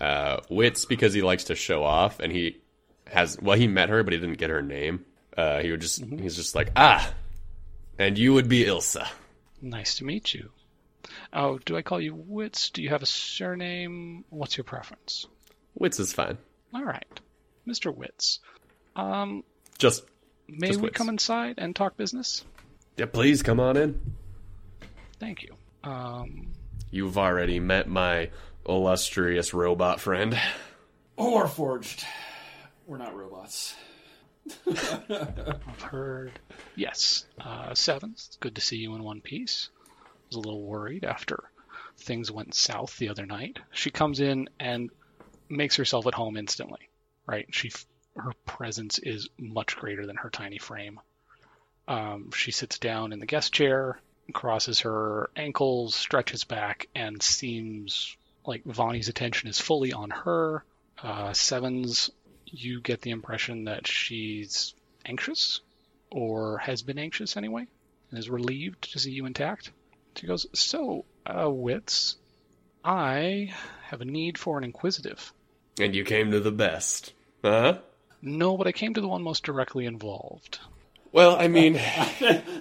D: uh, Wits because he likes to show off, and he has well, he met her, but he didn't get her name. Uh, he would just
B: Mm-hmm.
D: he's just like ah, and you would be Ilsa.
B: Nice to meet you. Oh, do I call you Wits? Do you have a surname? What's your preference?
D: Wits is fine.
B: All right, Mr. Wits.
D: Just
B: May
D: Just
B: we
D: Wits.
B: come inside and talk business?
D: yeah, please come on in.
B: Thank you. Um,
D: You've already met my illustrious robot friend.
C: Or forged. We're not
A: <laughs>
C: robots.
B: I've heard. Yes, uh, seven. It's good to see you in one piece. was a little worried after things went south the other night. She comes in and makes herself at home instantly. Right? She, f- her presence is much greater than her tiny frame. Um, she sits down in the guest chair, crosses her ankles, stretches back, and seems like Vonnie's attention is fully on her. Uh, Sevens, you get the impression that she's anxious or has been anxious anyway, and is relieved to see you intact. She goes, So, uh, Wits, I have a need for an inquisitive.
D: And you came to the best. Uh-huh. Huh?
B: No, but I came to the one most directly involved.
D: Well, I mean,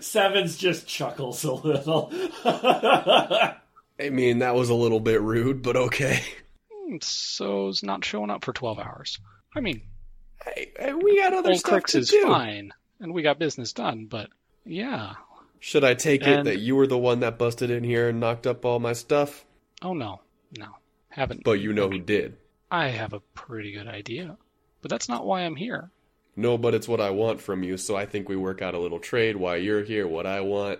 C: Sevens just chuckles
A: <laughs>
C: a little.
D: I mean that was a little bit rude, but okay.
B: Hmm, So's not showing up for 12 hours. I mean,
D: Hey, hey, we got other
B: old
D: stuff
B: Crix
D: to
B: is
D: do.
B: fine, and we got business done, but yeah.
D: Should I take it
B: And-
D: that you were the one that busted in here and knocked up all my stuff?
B: Oh, no, no. Haven't.
D: But you know who did.
B: I have a pretty good idea. But that's not why I'm here.
D: No, but it's what I want from you, so I think we work out a little trade why you're here, what I want.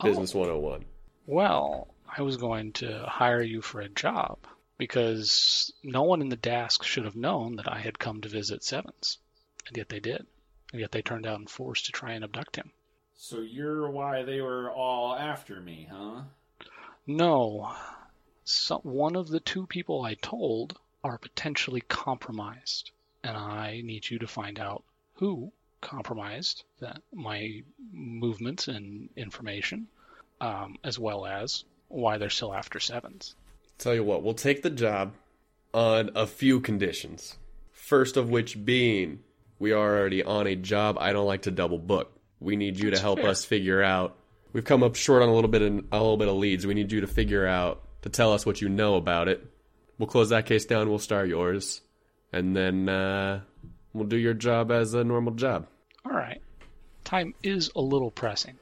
B: Oh.
D: Business 101.
B: Well, I was going to hire you for a job because no one in the Dask should have known that I had come to visit Sevens. And yet they did. And yet they turned out in force to try and abduct him.
C: so you're why they were all after me, huh?
B: No, so, one of the two people I told are potentially compromised. And I need you to find out who compromised that my movements and information, um, as well as why they're still after Sevens.
D: Tell you what, we'll take the job on a few conditions. First of which being, we are already on a job. I don't like to double book. We need you to help
B: fair.
D: us figure out. We've come up short on a little bit in, a little bit of leads. We need you to figure out to tell us what you know about it. We'll close that case down. We'll start yours, and then uh, we'll do your job as a normal job.
B: All right. Time is a little pressing.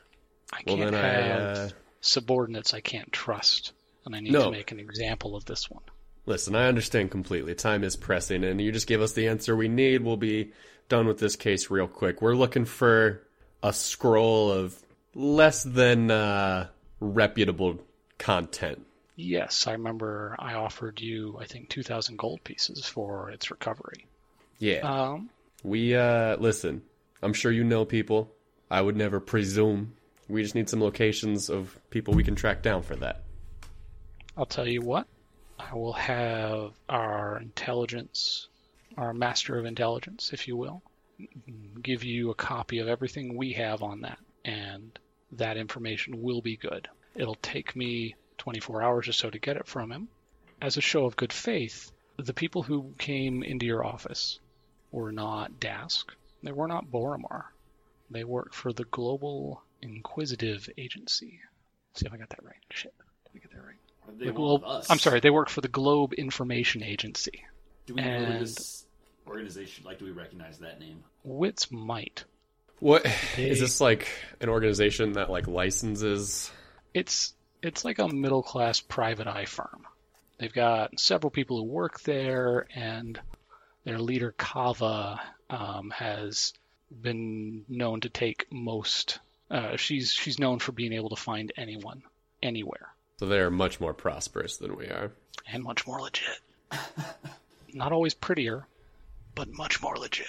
B: I
D: Well,
B: can't
D: then I,
B: have
D: uh,
B: subordinates I can't trust, and I need
D: No.
B: to make an example of this one.
D: Listen, I understand completely. Time is pressing, and you just give us the answer we need. We'll be done with this case real quick. We're looking for a scroll of less than uh, reputable content.
B: Yes, I remember I offered you, I think, 2,000 gold pieces for its recovery.
D: Yeah.
B: Um,
D: we, uh, listen, I'm sure you know people. I would never presume. We just need some locations of people we can track down for that.
B: I'll tell you what. I will have our intelligence, our master of intelligence, if you will, give you a copy of everything we have on that, and that information will be good. It'll take me 24 hours or so to get it from him. As a show of good faith, the people who came into your office were not Dask. They were not Boromar. They work for the Global Inquisitive Agency. See if I got that right. Shit. Did I get that right?
C: Or They
B: the
C: want
B: Globe.
C: us.
B: I'm sorry, they work for the Globe Information Agency.
C: Do we know
B: and-
C: this organization? Like, do we recognize that name?
B: Wits might.
D: What is
B: They-
D: this like an organization that like licenses?
B: It's it's like a middle class private eye firm. They've got several people who work there, and their leader Kava um, has been known to take most. Uh, she's she's known for being able to find anyone anywhere,
D: So they are much more prosperous than we are.
B: and much more legit. Not always prettier, but much more legit.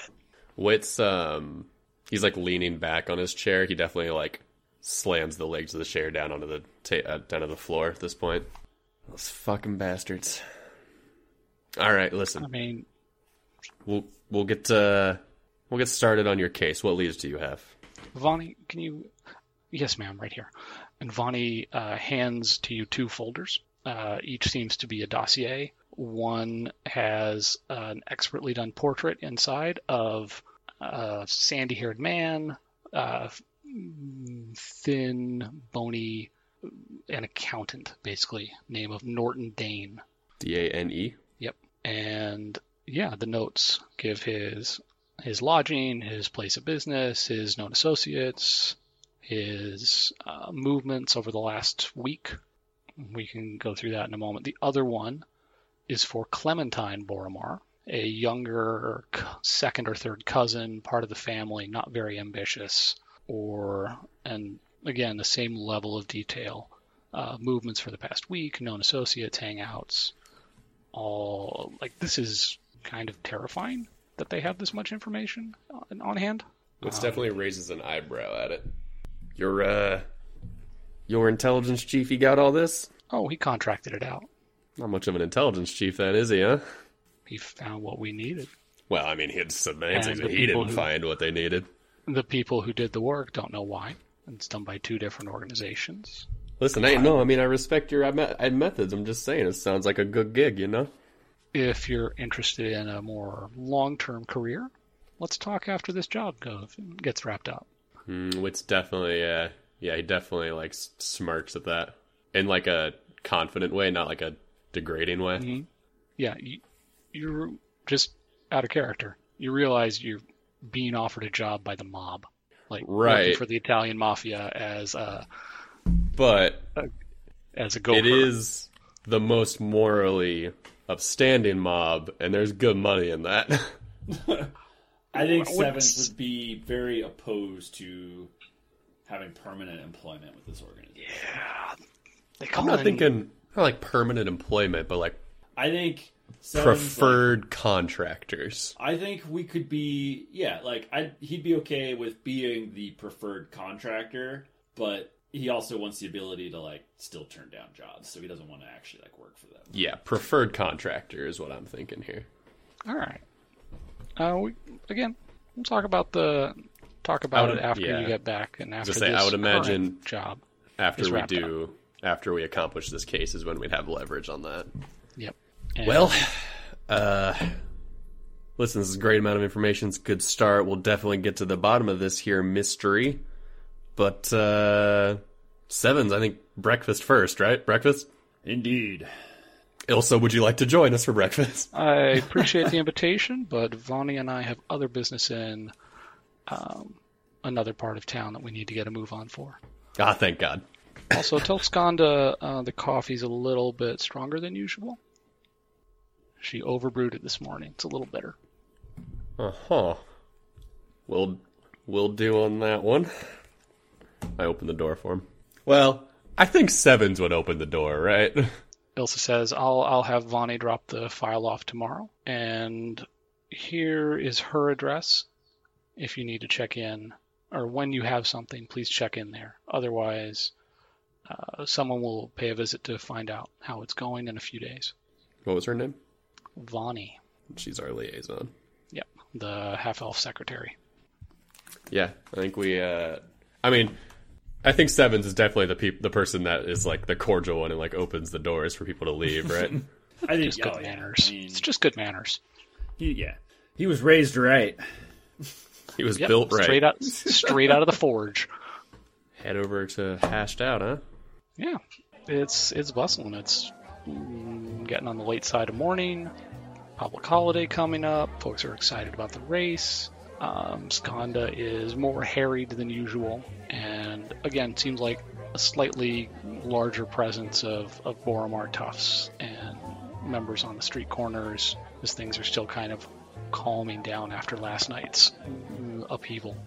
D: Wit's um he's like leaning back on his chair. He definitely like slams the legs of the chair down onto the ta- uh, down to the floor at this point. Those fucking bastards. All right,
B: I
D: listen.
B: mean,
D: We'll we'll get uh we'll get started on your case. What leads do you have?
B: Vonnie, can you? Yes, ma'am, right here. And Vonnie uh, hands to you two folders. Uh, each seems to be a dossier. One has an expertly done portrait inside of a sandy haired man, uh, mm, thin, bony, an accountant, basically, name of Norton Dane.
D: D A N E.
B: Yep. And yeah, the notes give his his lodging, his place of business, his known associates, his uh, movements over the last week. We can go through that in a moment. The other one is for Clementine Boromar, a younger c- second or third cousin, part of the family, not very ambitious, or, and again, the same level of detail. Uh, movements for the past week, known associates, hangouts, all like this is kind of terrifying that they have this much information on, on hand.
D: Which definitely raises an eyebrow at it. Your uh your intelligence chief he got all this?
B: Oh, he contracted it out.
D: Not much of an intelligence chief then, is he, huh?
B: He found what we needed.
D: Well, I mean he had semantics,
B: And
D: but
B: the
D: he
B: people
D: didn't
B: who-
D: find what they needed.
B: The people who did the work don't know why. It's done by two different organizations.
D: Listen, I no, I mean I respect your me- uh, methods. I'm just saying it sounds like a good gig, you know?
B: If you're interested in a more long-term career, let's talk after this job goes gets wrapped up.
D: Mm, it's definitely uh yeah, he definitely like s- smirks at that in like a confident way, not like a degrading way.
B: yeah, you, you're just out of character. You realize you're being offered a job by the mob, like working
D: Right.
B: for the Italian mafia as a
D: But
B: as a go.
D: it is the most morally upstanding mob, and there's good money in that. <laughs>
C: I think
B: Well, what's-
C: Seventh would be very opposed to having permanent employment with this organization.
B: They
D: I'm
B: call
D: not
B: in-
D: thinking not like permanent employment, but like
C: I think Seven's like-
D: preferred contractors.
C: I think we could be yeah, like I he'd be okay with being the preferred contractor, but he also wants the ability to like still turn down jobs, so he doesn't want to actually like work for them.
D: Yeah, preferred contractor is what I'm thinking here.
B: All right. Uh, we again, we'll talk about the talk about
D: would-
B: it after
D: yeah.
B: you get back and after
D: gonna say,
B: this
D: I would imagine-
B: current job.
D: After
B: Just
D: we
B: wrapped
D: do, after we accomplish this case, is when we'd have leverage on that.
B: Yep. And
D: Well, uh, listen, this is a great amount of information. It's a good start. We'll definitely get to the bottom of this here mystery. But uh, sevens, I think breakfast first, right? Breakfast.
C: Indeed.
D: Ilsa, would you like to join us for breakfast?
B: I appreciate the invitation, but Vonnie and I have other business in um, another part of town that we need to get a move on for.
D: Ah, thank God.
B: Also, tell Skanda uh, the coffee's a little bit stronger than usual. She overbrewed it this morning. It's a little bitter.
D: Uh huh. We'll we'll do on that one. I open the door for him. Well, I think sevens would open the door, right? <laughs>
B: Ilsa says, "I'll I'll have Vonnie drop the file off tomorrow, and here is her address. If you need to check in, or when you have something, please check in there. Otherwise, uh, someone will pay a visit to find out how it's going in a few days."
D: What was her name?
B: Vonnie,
D: She's our liaison.
B: yep, the half elf secretary.
D: Yeah, I think we. uh I mean, I think Sevens is definitely the peop- the person that is like the cordial one and like opens the doors for people to leave, <laughs> right?
C: I think
B: Just good
C: oh, yeah.
B: manners.
C: I mean,
B: It's just good manners.
A: He, yeah, he was raised right.
D: he was
B: Yep,
D: built right.
B: Straight out, straight out of the forge.
D: Head over to hashed out, huh?
B: Yeah, it's it's bustling. It's mm, getting on the late side of morning. Public holiday coming up. Folks are excited about the race. Um, Skanda is more harried than usual, and again, seems like a slightly larger presence of, of Boromar Tufts and members on the street corners as things are still kind of calming down after last night's mm, upheaval.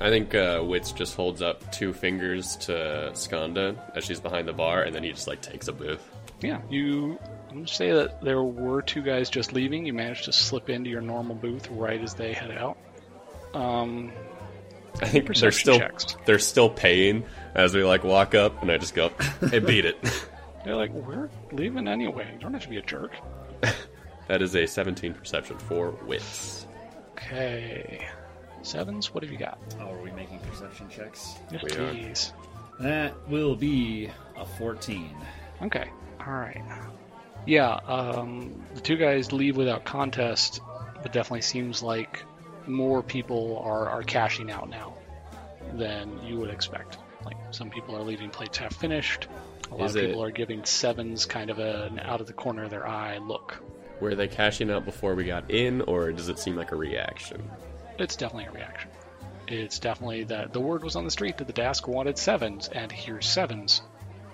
D: I think uh, Witz just holds up two fingers to Skanda as she's behind the bar, and then he just like takes a booth.
B: Yeah, you. I'm gonna say that there were two guys just leaving. You managed to slip into your normal booth right as they head out. Um,
D: I think they're
B: Perception
D: still
B: checks.
D: they're still paying as we like walk up, and I just go, "Hey, beat <laughs> it."
B: they're like, "We're leaving anyway. You don't have to be a jerk."
D: that is a 17 perception for Witz.
B: Okay, sevens. What have you got?
C: oh, are we making perception checks?
B: Yes,
D: We are.
B: please.
A: That will be a fourteen.
B: Okay. All right. Yeah, um, the two guys leave without contest, but definitely seems like more people are, are cashing out now than you would expect. Like some people are leaving plates half finished. A lot
D: Is
B: of
D: it-
B: people are giving sevens kind of an out of the corner of their eye look.
D: Were they cashing out before we got in, or does it seem like a reaction?
B: It's definitely a reaction. It's definitely that the word was on the street that the desk wanted sevens, and here's sevens.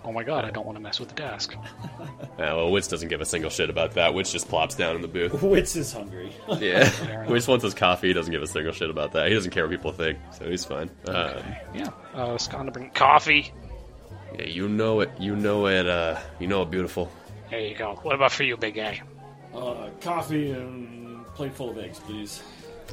B: Oh my god, I don't want to mess with the desk.
D: Uh, well, Witch doesn't give a single shit about that. Witch just plops down in the
C: <laughs>
D: booth.
C: Wits is <laughs> hungry.
D: <laughs> Yeah. Witch wants his coffee. He doesn't give a single shit about that. He doesn't care what people think, so he's fine. Uh,
B: Yeah, uh, it's gonna bring coffee.
D: yeah, you know it. You know it. Uh, you know it, beautiful.
B: There you go. What about for you, big guy?
C: Uh, coffee and plate full of eggs, please.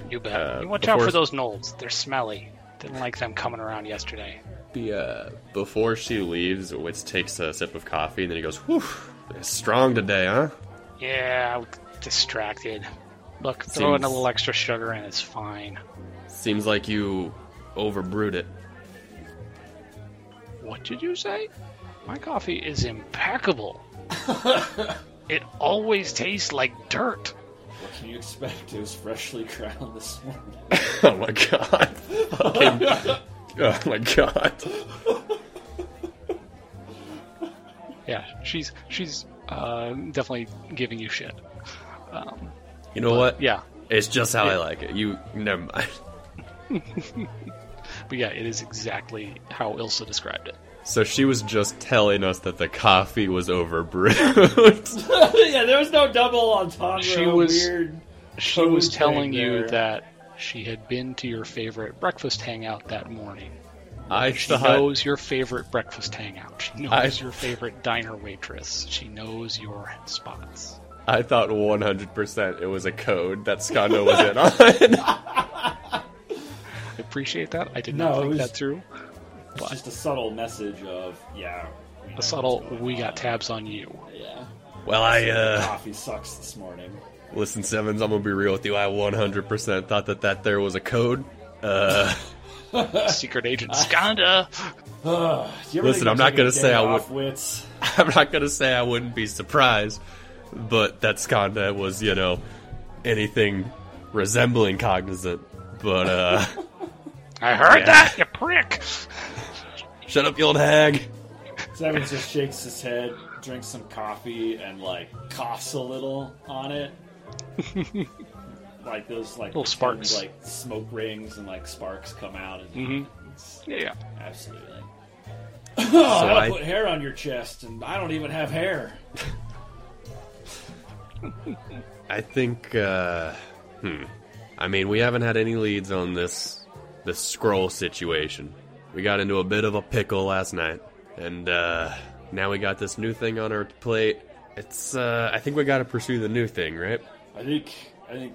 B: You bet.
D: Uh,
B: you watch
D: before-
B: out for those gnolls. They're smelly. Didn't like them coming around yesterday.
D: The, uh, before she leaves, Witch takes a sip of coffee and then he goes, "Whew, strong today, huh?"
B: Yeah, I was distracted. Look, throw in a
D: Seems-
B: little extra sugar and it's fine.
D: Seems like you overbrewed it. <laughs>
B: What did you say? My coffee is impeccable. it always tastes like dirt.
C: What can you expect? It was freshly <laughs> ground this morning.
D: Oh my god. <laughs> Fucking- oh my god.
B: Yeah, she's she's uh, definitely giving you shit.
D: You know what?
B: Yeah,
D: It's just how I like it. You never mind.
B: but yeah, it is exactly how Ilsa described it.
D: So she was just telling us that the coffee was overbrewed.
C: <laughs>
D: <laughs>
C: yeah, there was no double entendre.
B: She was-
C: weird.
B: She was
C: Posing
B: telling you
C: there.
B: that she had been to your favorite breakfast hangout that morning.
D: I
B: She
C: Uh-huh.
D: thought
B: knows your favorite breakfast hangout. She
D: I-
B: knows your favorite diner waitress. She knows your spots.
D: I thought 100% it was a code that Skanda was in on. <laughs>
B: I appreciate that. I did
C: No,
B: not
C: it
B: think
C: was-
B: that through.
C: It's just a subtle message of yeah. we know
B: A subtle,
C: what's going
B: we got
C: on."
B: tabs on
C: <laughs>
B: you.
C: Yeah.
D: well, I uh
C: Coffee sucks this morning.
D: listen Sevens, I'm going to be real with you. I 100% thought that that there was a code. Uh
B: Secret agent Skanda.
C: Ugh, do you ever
D: Listen,
C: think
D: I'm not
C: taking a
D: gonna say
C: day
D: I
C: off, Wits.
D: <laughs> I'm not going to say I wouldn't be surprised, but that Skanda was, you know, anything resembling cognizant. But <laughs> uh
B: I heard that, you prick.
D: shut up, you old hag.
C: Sevens just shakes his head, drinks some coffee, and like coughs a little
B: <laughs>
C: on it. like those like
B: Little sparks.
C: like smoke rings and like sparks come out. And,
B: Mm-hmm.
C: It's-
B: Yeah.
C: absolutely. <laughs> Oh, that'll
D: I-
C: put hair on your chest, and I don't even have hair.
D: I think. Uh, hmm. I mean, we haven't had any leads on this this scroll situation. We got into a bit of a pickle last night, and uh, now we got this new thing on our plate. It's. Uh, I think we got to pursue the new thing, right?
C: I think I think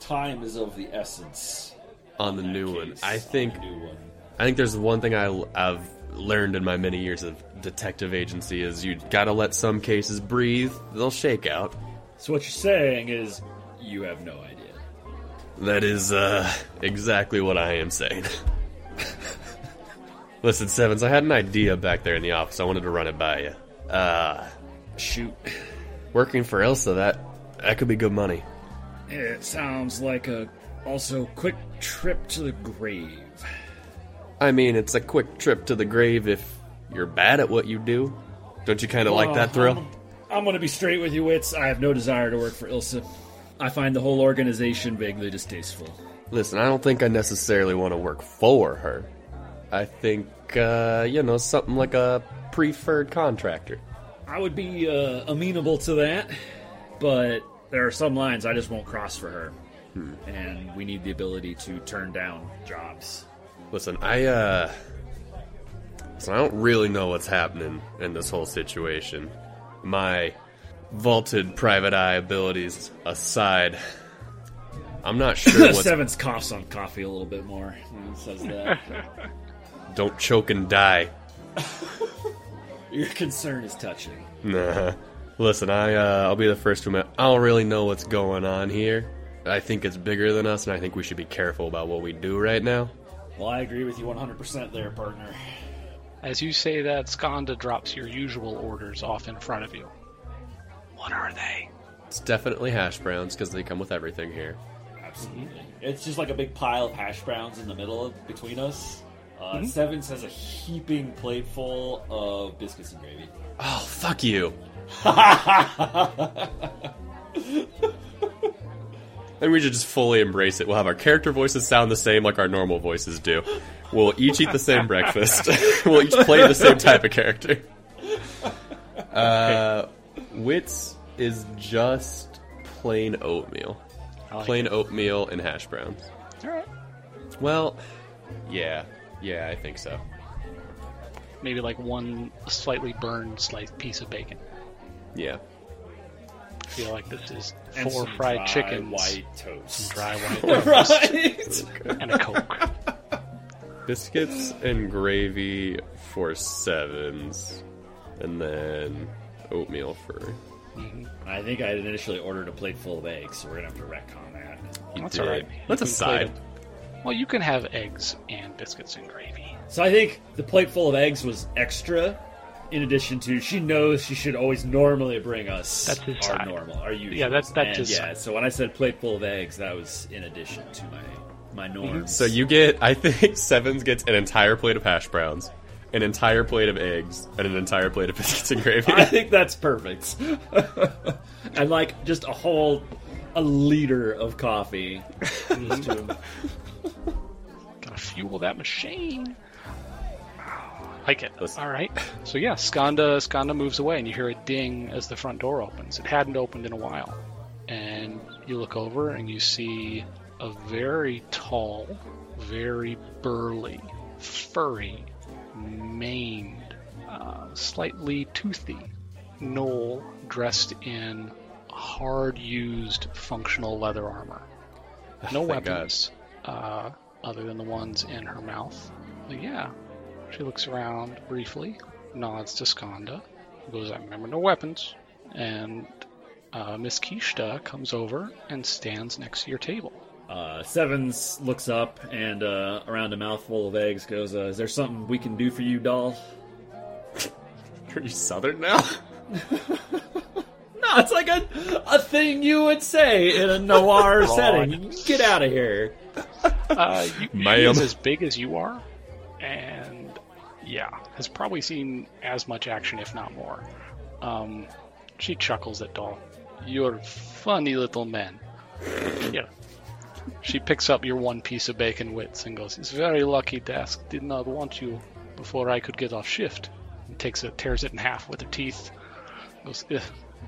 C: time is of the essence.
D: On the
C: in that
D: new one,
C: case,
D: I
C: on
D: think.
C: the new one.
D: I think there's one thing I, have learned in my many years of detective agency is you gotta let some cases breathe. They'll shake out.
A: So what you're saying is you have no idea.
D: That is uh, exactly what I am saying. <laughs> Listen, Sevens, I had an idea back there in the office. I wanted to run it by you. Uh, shoot. Working for Elsa, that that could be good money.
A: It sounds like a also quick trip to the grave.
D: I mean, it's a quick trip to the grave if you're bad at what you do. Don't you kind of like that thrill?
A: I'm gonna be straight with you, Wits. I have no desire to work for Ilsa. I find the whole organization vaguely distasteful.
D: Listen, I don't think I necessarily want to work for her. I think, uh, you know, something like a preferred contractor.
A: I would be uh, amenable to that, but there are some lines I just won't cross for her. And we need the ability to turn down jobs.
D: Listen, I uh listen, I don't really know what's happening in this whole situation. My vaulted private eye abilities aside, I'm
C: <laughs>
D: not sure what's
A: Sevens coughs on coffee a little bit more.
C: When it says that.
D: don't choke and die.
A: Your concern is touching.
D: Nah. Listen, I uh, I'll be the first to admit I don't really know what's going on here. I think it's bigger than us and I think we should be careful about what we do right now.
C: Well, I agree with you 100% there, partner.
B: As you say that, Skanda drops your usual orders off in front of you. What are they?
D: It's definitely hash browns because they come with everything here.
C: Absolutely. It's just like a big pile of hash browns in the middle of, between us. Uh,
A: Mm-hmm.
C: Sevens has a heaping plate full of biscuits and gravy.
D: Oh, fuck you. Then we should just fully embrace it. We'll have our character voices sound the same like our normal voices do. We'll each eat the same breakfast. <laughs> we'll each play the same type of character. Uh, Wits is just plain oatmeal.
B: I like
D: Plain oatmeal and hash browns.
B: it. All right.
D: Well, yeah. Yeah, I think so.
B: Maybe like one slightly burned slice piece of bacon.
D: Yeah.
B: I feel like this is
C: And
B: four
C: some
B: fried
C: dry
B: chickens,
C: white toast. <laughs>
B: dry white,
A: Right.
B: and a coke.
D: Biscuits and gravy for sevens. And then oatmeal for.
A: I think I initially ordered a plate full of eggs, so we're gonna have to retcon that.
B: That's all right.
D: That's a
B: You can play
D: side.
B: them. Well, you can have eggs and biscuits and gravy.
A: So I think the plate full of eggs was extra. In addition to, she knows she should always normally bring us
B: That's his
A: our
B: side.
A: normal, our usual.
B: Yeah, that's- that's
A: and,
B: his
A: yeah. So when I said plate full of eggs, that was in addition to my my
B: Mm-hmm.
A: norms.
D: So you get, I think <laughs> Sevens gets an entire plate of hash browns, an entire plate of eggs, and an entire plate of <laughs> biscuits and gravy.
A: I think that's perfect. <laughs> and like just a whole a liter of coffee. Just to-
B: Gotta fuel that machine. Like it.
D: Listen.
B: All right. So yeah, Skanda Skanda moves away, and you hear a ding as the front door opens. It hadn't opened in a while, and you look over and you see a very tall, very burly, furry, maned, uh, slightly toothy gnoll dressed in hard-used functional leather armor.
D: <laughs>
B: No
D: Thank God.
B: weapons uh, other than the ones in her mouth. But yeah, she looks around briefly, nods to Skanda, goes, I remember no weapons. And uh, Miss Kishta comes over and stands next to your table.
A: uh, Sevens looks up and uh, around a mouthful of eggs goes, uh, "Is there something we can do for you, doll?"
D: Are you Southern now? <laughs>
A: No, it's like a a thing you would say in a noir setting. Get out of here.
B: Uh, you, she
D: Ma'am.
B: is as big as you are, and yeah, has probably seen as much action, if not more. Um, she chuckles at Doll. You're funny little man. yeah. She picks up your one piece of bacon wits and goes, It's very lucky Dask did not want you before I could get off shift. And takes it, tears it in half with her teeth. Goes, Ugh,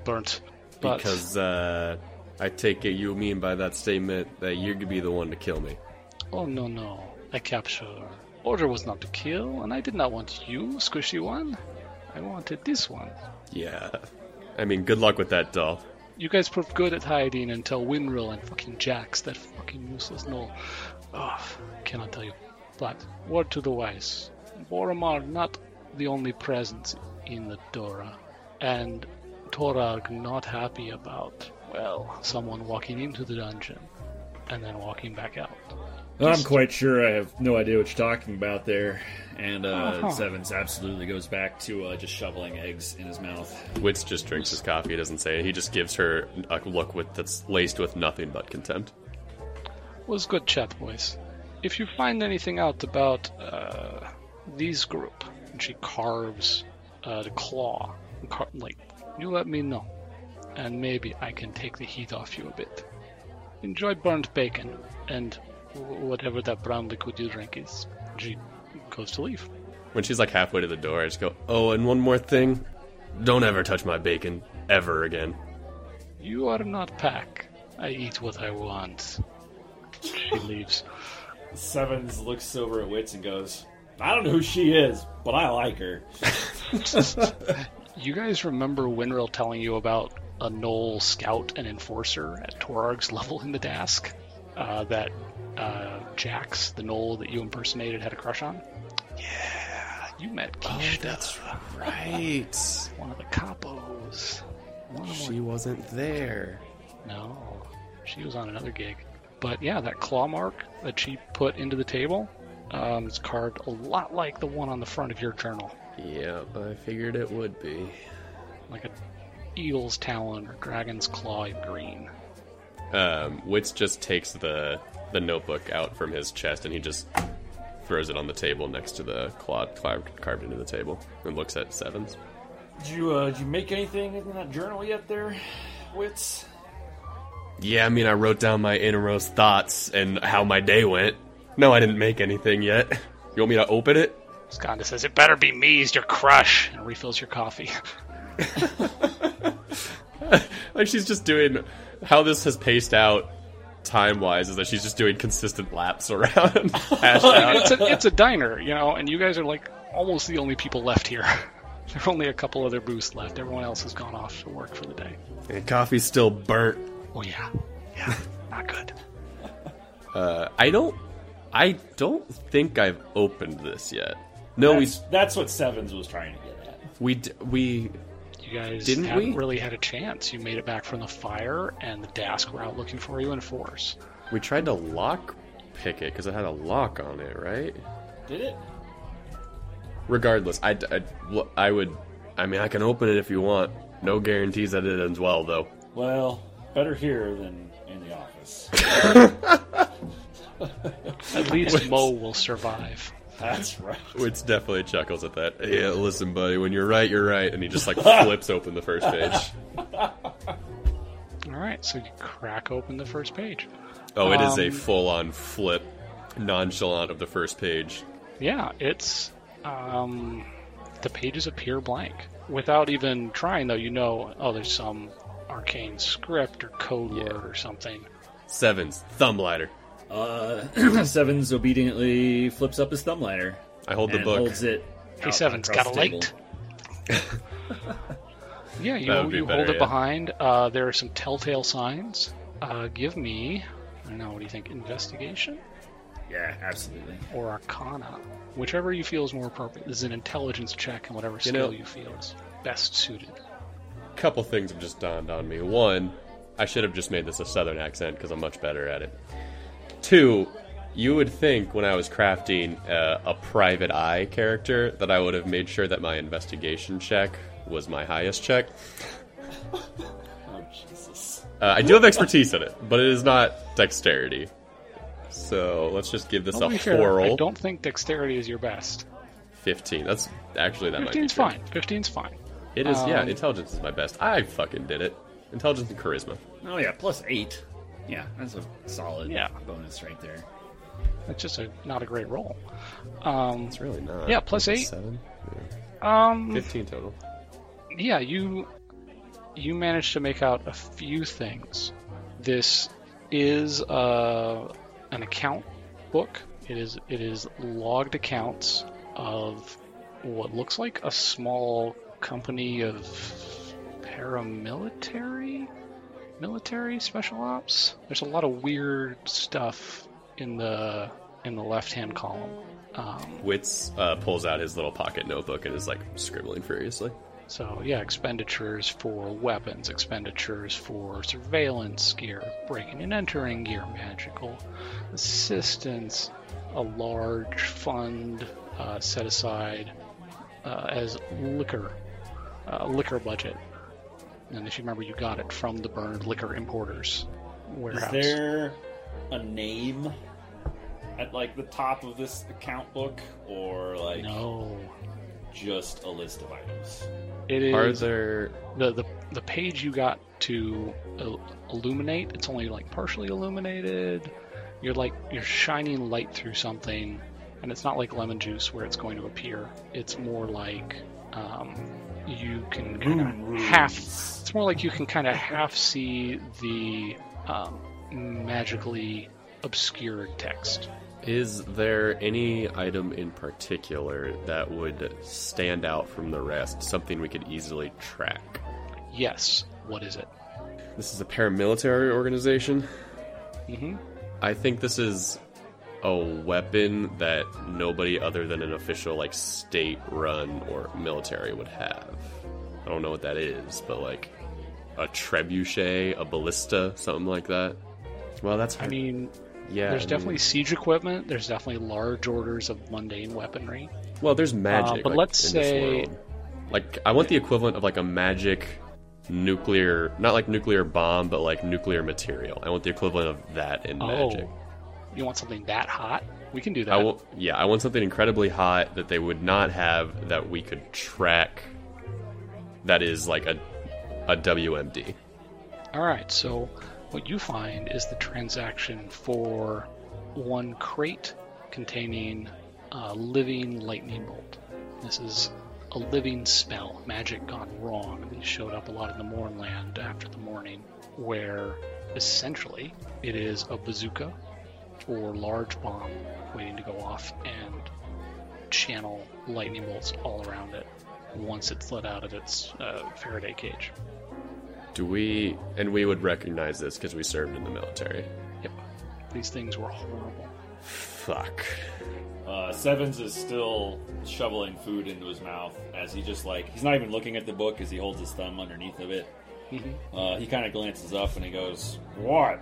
B: burnt. But
D: Because uh, I take it you mean by that statement that you're gonna be the one to kill me.
B: Oh, no, no. I capture. Order was not to kill, and I did not want you, squishy one. I wanted this one.
D: Yeah. <laughs> I mean, good luck with that, doll.
B: You guys proved good at hiding until Winrill and fucking Jax, that fucking useless knoll. Oh, cannot tell you. But, word to the wise Boromar not the only presence in the Dora, and Torag not happy about, well, someone walking into the dungeon and then walking back out.
A: I'm quite sure I have no idea what you're talking about there. And uh,
B: Uh-huh.
A: Sevens absolutely goes back to uh, just shoveling eggs in his mouth.
D: Wits just drinks his coffee. He doesn't say. it. He just gives her a look with that's laced with nothing but contempt.
B: was good chat, boys. If you find anything out about uh, these group, and she carves uh, the claw, and car- like you let me know, and maybe I can take the heat off you a bit. Enjoy burnt bacon and w- whatever that brown liquid you drink is. She goes to leave.
D: When she's like halfway to the door, I just go, "Oh, and one more thing, don't ever touch my bacon ever again."
B: You are not pack. I eat what I want. She leaves.
C: Sevens looks over at Wits and goes, I don't know who she is, but I like her.
B: You guys remember Winrill telling you about a Knoll scout and enforcer at Torarg's level in the Dask? Uh, that uh, Jax, the Knoll that you impersonated, had a crush on? Yeah, you met Kishta,
D: Oh, right.
B: one of the capos. One of
D: She wasn't there.
B: No, she was on another gig. But yeah, that claw mark that she put into the table, um, it's carved a lot like the one on the front of your journal,
D: Yeah, I figured it would be.
B: like a eagle's talon or dragon's claw in green.
D: Um, Wits just takes the the notebook out from his chest and he just throws it on the table next to the clod carved, carved into the table and looks at Sevens.
C: Did you, uh, did you make anything in that journal yet there, Wits?
D: Yeah, I mean, I wrote down my innermost thoughts and how my day went. No, I didn't make anything yet. You want me to open it?
B: Skanda says, It better be me's your crush, and refills your coffee. <laughs>
D: Like, she's just doing how this has paced out time wise is that she's just doing consistent laps <laughs> around. Hashed out.
B: it's, a, it's a diner, you know, and you guys are like almost the only people left here. <laughs> There are only a couple other booths left. Everyone else has gone off to work for the day.
D: And coffee's still burnt.
B: Oh, yeah. Yeah. <laughs> Not good.
D: Uh, I don't. I don't think I've opened this yet. No, we
C: That's, that's what Sevens was trying to get at.
D: we d- we
B: You guys
D: Didn't
B: haven't
D: we?
B: really had a chance. You made it back from the fire, and the Dask were out looking for you in
D: <laughs>
B: force.
D: we tried to lock pick it because it had a lock on it, right?
C: Did it?
D: Regardless, I, d- I- l- I would. I mean, I can open it if you want. No guarantees that it ends well, though.
C: Well, better here than in the office. <laughs>
B: At least Mo will survive.
C: That's right.
D: Which definitely chuckles at that. Yeah, listen, buddy, when you're right, you're right, and he just like flips open the first page.
B: All right, so you crack open the first page.
D: Oh, it is a
B: Um,
D: full-on flip, nonchalant of the first page.
B: Yeah, it's um, the pages appear blank without even trying. Though you know, oh, there's some arcane script or code word or something.
D: Sevens, thumb lighter.
A: Uh, <clears throat> Sevens obediently flips up his thumb liner
D: I hold the
A: and
D: book.
A: holds it.
B: Hey, Sevens, got a
D: <laughs>
B: light? Yeah,
D: That would
B: you,
D: be
B: you
D: better,
B: hold it
D: yeah.
B: behind. Uh, there are some telltale signs. Uh, give me, I don't know, what do you think? Investigation
A: Yeah, absolutely.
B: or Arcana, whichever you feel is more appropriate. This is an intelligence check, and whatever
D: You know-
B: skill you feel is best suited.
D: couple things have just dawned on me. One, I should have just made this a southern accent because I'm much better at it. Two, you would think when I was crafting uh, a private eye character that I would have made sure that my investigation check was my highest check.
C: Oh, Jesus.
D: Uh, I do have expertise in it, but it is not dexterity. So let's just give this
B: I'll
D: a
B: be fair, I
D: floral
B: don't think dexterity is your best.
D: 15. That's actually that might be
B: 15's
D: true.
B: fine. 15's fine.
D: It is, yeah.
B: Um,
D: Intelligence is my best. I fucking did it. Intelligence and charisma.
A: Oh yeah, plus eight. Yeah, that's a solid
B: Yeah.
A: bonus right there.
B: That's just a not a great roll. Um,
D: It's really not.
B: Yeah, plus
D: It's a
B: eight.
D: Seven. Yeah.
B: um,
D: 15 total.
B: yeah, you you managed to make out a few things. This is uh, an account book. It is it is logged accounts of what looks like a small company of paramilitary military special ops. There's a lot of weird stuff in the in the left hand column. Um,
D: Witz uh, pulls out his little pocket notebook and is like scribbling furiously.
B: So yeah, expenditures for weapons, expenditures for surveillance gear, breaking and entering gear, magical assistance, a large fund uh, set aside uh, as liquor, uh, liquor budget. And if you remember, you got it from the burned liquor importers
C: Is
B: warehouse.
C: there a name at like the top of this account book, or like
B: No,
C: just a list of items?
B: it is.
D: Are there?
B: the, the the page you got to il- illuminate it's only like partially illuminated you're like you're shining light through something and it's not like lemon juice where it's going to appear it's more like um, you can kind of half it's more like you can kind of half see the um, magically obscured text
D: Is there any item in particular that would stand out from the rest? Something we could easily track.
B: yes what is it
D: This is a paramilitary organization.
B: hmm
D: I think this is a weapon that nobody other than an official, like state run or military, would have. I don't know what that is, but like a trebuchet, a ballista, something like that. Well, that's
B: i
D: hard.
B: mean
D: yeah. I
B: there's
D: mean-
B: definitely siege equipment there's definitely large orders of mundane weaponry
D: well, there's magic.
B: Uh, but
D: like,
B: let's
D: in this
B: say-
D: world. like, I want the equivalent of like a magic nuclear, not like nuclear bomb, but like nuclear material. I want the equivalent of that
B: Oh.
D: in magic.
B: you want something that hot? We can do that.
D: Oh. I want, yeah, I want something incredibly hot that they would not have that we could track. That is like a a WMD.
B: All right, so What you find is the transaction for one crate containing a living lightning bolt. This is a living spell, magic gone wrong. These showed up a lot in the Mornland after the morning, where essentially it is a bazooka or large bomb waiting to go off and channel lightning bolts all around it once it's let out of its uh, Faraday cage.
D: Do we? And we would recognize this because we served in the military.
B: Yep. These things were horrible.
D: Fuck.
C: Uh, Sevens is still shoveling food into his mouth as he just like he's not even looking at the book as he holds his thumb underneath of it. Uh, he kind of glances up and he goes, "What?"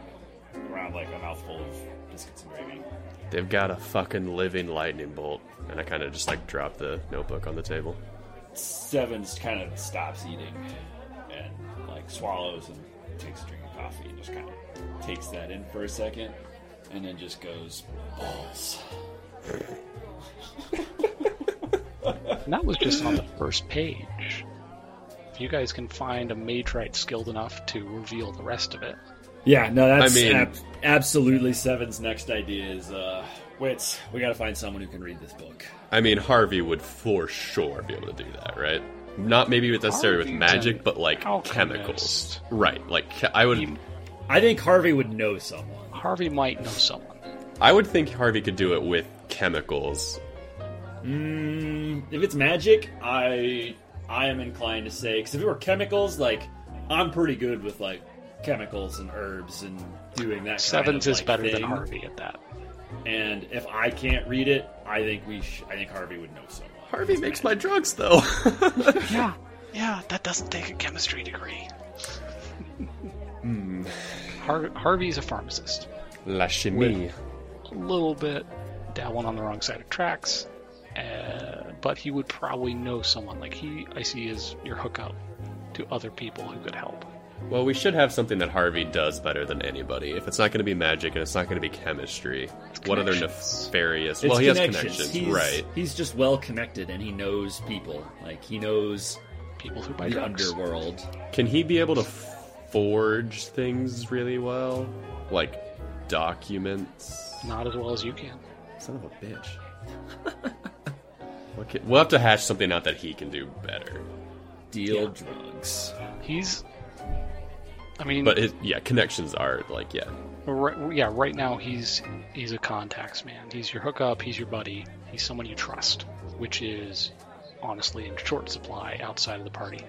C: Around like a mouthful of biscuits and gravy.
D: They've got a fucking living lightning bolt, and I kind of just like drop the notebook on the table.
C: Sevens kind of stops eating and like swallows and takes a drink of coffee and just kind of takes that in for a second and then just goes balls.
B: And that was just on the first page. If you guys can find a mage right skilled enough to reveal the rest of it,
A: Yeah, no, that's
D: I mean-
A: ab- absolutely.
C: Seven's next idea is, uh, Wits, we gotta find someone who can read this book.
D: I mean, Harvey would for sure be able to do that, right? Not maybe with necessarily with
B: Harvey's
D: magic,
B: an
D: but like chemicals,
B: alchemist.
D: right? Like che- I would,
A: I think Harvey would know someone.
B: Harvey might know someone.
D: I would think Harvey could do it with chemicals.
C: Mm, if it's magic, I I am inclined to say because if it were chemicals, like I'm pretty good with like chemicals and herbs and doing that.
B: Sevens
C: kind of,
B: is
C: like,
B: better than
C: thing.
B: Harvey at that.
C: And if I can't read it, I think we sh- I think Harvey would know someone.
D: Harvey makes my drugs though. <laughs>
B: Yeah, yeah, that doesn't take a chemistry degree. Har- Harvey's a pharmacist.
D: La chimie.
B: A little bit dabbling on the wrong side of tracks, uh, but he would probably know someone. Like he, I see, is your hookup to other people who could help.
D: Well, we should have something that Harvey does better than anybody. If it's not going to be magic and it's not going to be chemistry, what other
B: connections.
D: nefarious?
A: It's
D: well, he has
A: connections.
D: connections,
A: He's-
D: right?
A: He's just well connected, and he knows people. Like he knows
B: People who buy
A: the
B: drugs.
A: underworld.
D: Can he be able to forge things really well, like documents?
B: Not as well as you can.
D: Son of a bitch. <laughs> What can- we'll have to hash something out that he can do better.
A: Deal drugs.
B: He's, I mean,
D: But his, yeah, connections are like yeah.
B: Right, yeah, right now he's he's a contacts man. He's your hookup. He's your buddy. He's someone you trust, which is honestly in short supply outside of the party.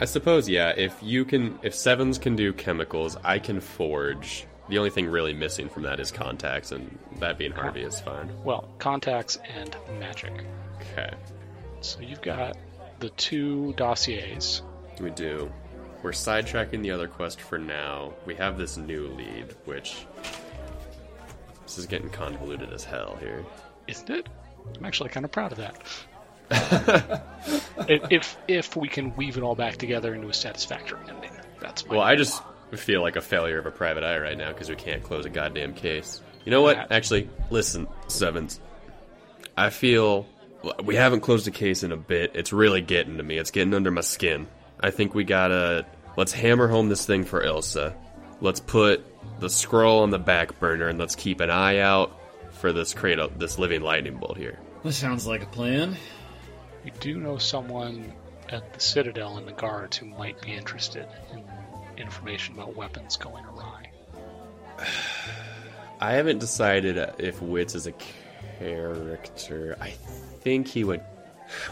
D: I suppose yeah. If you can, if sevens can do chemicals, I can forge. The only thing really missing from that is contacts, and that being Harvey is fine.
B: Well, contacts and magic.
D: Okay,
B: So you've got the two dossiers.
D: we do. We're sidetracking the other quest for now. We have this new lead, which this is getting convoluted as hell here.
B: Isn't it? I'm actually kind of proud of that.
D: <laughs>
B: if if- if we can weave it all back together into a satisfactory ending, that's my
D: Well, I just feel like a failure of a private eye right now because we can't close a goddamn case. You know what? Actually, listen, Sevens. I feel we haven't closed a case in a bit. It's really getting to me. It's getting under my skin. I think we gotta let's hammer home this thing for Ilsa. Let's put the scroll on the back burner and let's keep an eye out for this crate, this living lightning bolt here.
A: That sounds like a plan.
B: You do know someone at the Citadel and the guards who might be interested in information about weapons going awry.
D: I haven't decided uh, if Wits is a character. I think he would.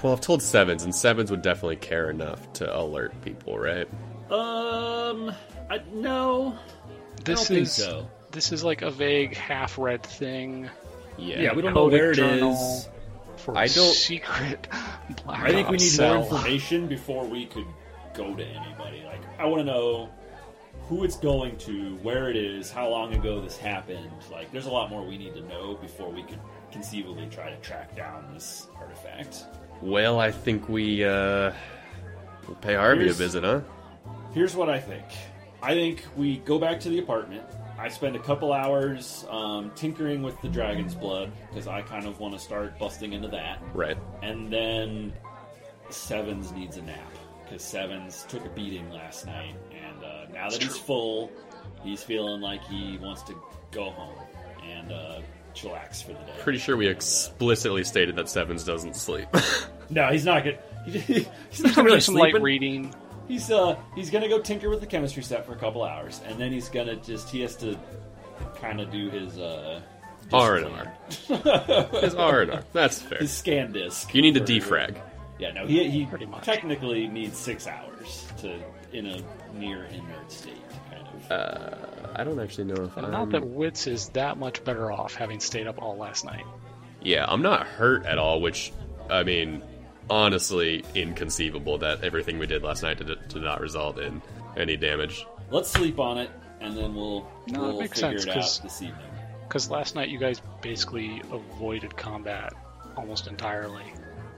D: Well, I've told Sevens, and Sevens would definitely care enough to alert people, right?
A: Um, I, no,
B: This
A: think
B: is
A: so.
B: this is like a vague half-read thing
D: Yeah.
A: Yeah, we don't know
B: Coded
A: where it is.
B: journal. for a
D: I don't-
B: secret <laughs> black
A: I think we
B: ops
A: need
B: cell.
A: more information.
C: Information before we could go to anybody. Like I want to know who it's going to, where it is, how long ago this happened. Like there's a lot more we need to know before we could conceivably try to track down this artifact.
D: Well, I think we uh, we'll pay Harvey
C: Here's-
D: a visit, huh?
C: Here's what I think. I think we go back to the apartment. I spend a couple hours um, tinkering with the dragon's blood because I kind of want to start busting into that.
D: Right.
C: And then Sevens needs a nap because Sevens took a beating last night, and uh, now that he's full, He's feeling like he wants to go home and uh, chillax for the day.
D: Pretty sure we explicitly stated that Sevens doesn't sleep.
C: No, he's not good. <laughs> he's
B: Gonna
C: not
B: do
C: really
B: some
C: sleeping.
B: light reading.
C: He's uh he's gonna go tinker with the chemistry set for a couple hours, and then he's gonna just he has to kind of do his uh
D: R and R. It's R and R. That's fair.
C: his scan disk.
D: You need to
C: for-
D: defrag.
C: Yeah, no, he he
B: Pretty much.
C: technically needs six hours to in a near inert state, kind of.
B: Uh.
D: I don't actually know if
B: And
D: I'm.
B: not that
A: Um,
B: Wits is that much better off having stayed up all last night.
D: Yeah, I'm not hurt at all, which, I mean, honestly, inconceivable that everything we did last night did, did not result in any damage.
C: Let's sleep on it, and then we'll
B: No, that
C: we'll
B: makes
C: figure
B: sense,
C: it
B: 'cause-
C: out this evening.
B: Because last night you guys basically avoided combat almost entirely.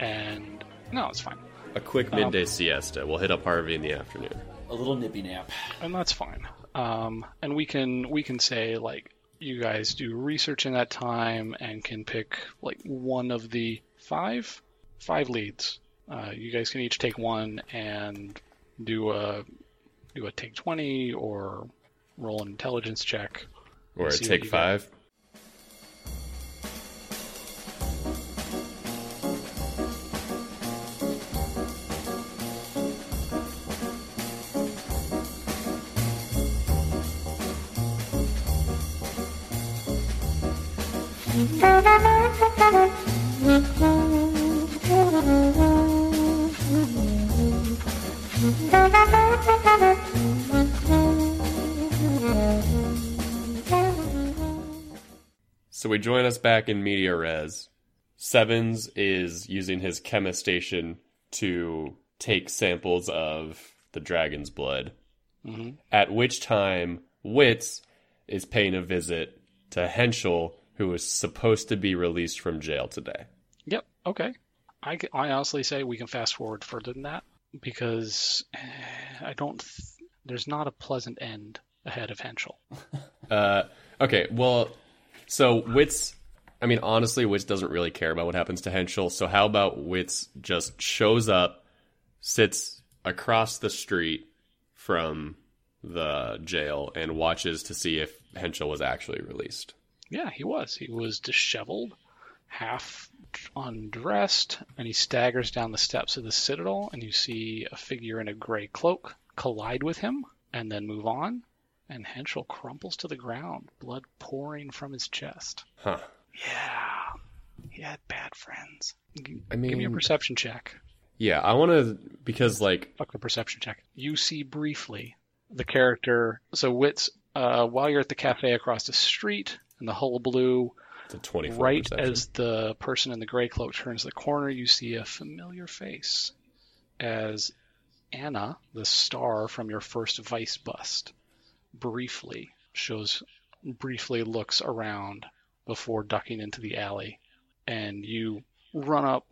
B: And no, it's fine.
D: A quick
B: Um,
D: midday siesta. We'll hit up Harvey in the afternoon.
C: A little nippy nap.
B: and that's fine. Um, and we can we can say like you guys do research in that time and can pick like one of the five five leads. Uh, you guys can each take one and do a do a take twenty or roll an intelligence check.
D: Or
B: See what
D: take
B: you got.
D: five. So we join us back in Media Res. Sevens is using his chemistation to take samples of the dragon's blood.
B: Mhm.
D: At which time, Witz is paying a visit to Henschel, who is supposed to be released from jail today.
B: Yep. Okay. I, c- I honestly say we can fast forward further than that because eh, I don't. Th- there's not a pleasant end ahead of Henschel.
D: Uh, okay, well, so Witz, I mean, honestly, Witz doesn't really care about what happens to Henschel. So how about Witz just shows up, sits across the street from the jail, and watches to see if Henschel was actually released.
B: Yeah, he was. He was disheveled, half undressed, and he staggers down the steps of the citadel, and you see a figure in a gray cloak collide with him and then move on. And Henschel crumples to the ground, blood pouring from his chest.
D: Huh.
B: Yeah, he had bad friends. G-
D: I
B: Give me a
D: mean-
B: perception check.
D: Yeah, I want to because like
B: Fuck the perception check. You see briefly the character. So, Wits, uh, while you're at the cafe across the street in the hullabaloo,
D: it's a twenty-four.
B: right
D: perception.
B: as the person in the gray cloak turns the corner, you see a familiar face as Anna, the star from your first vice bust, briefly shows, briefly looks around before ducking into the alley. And you run up,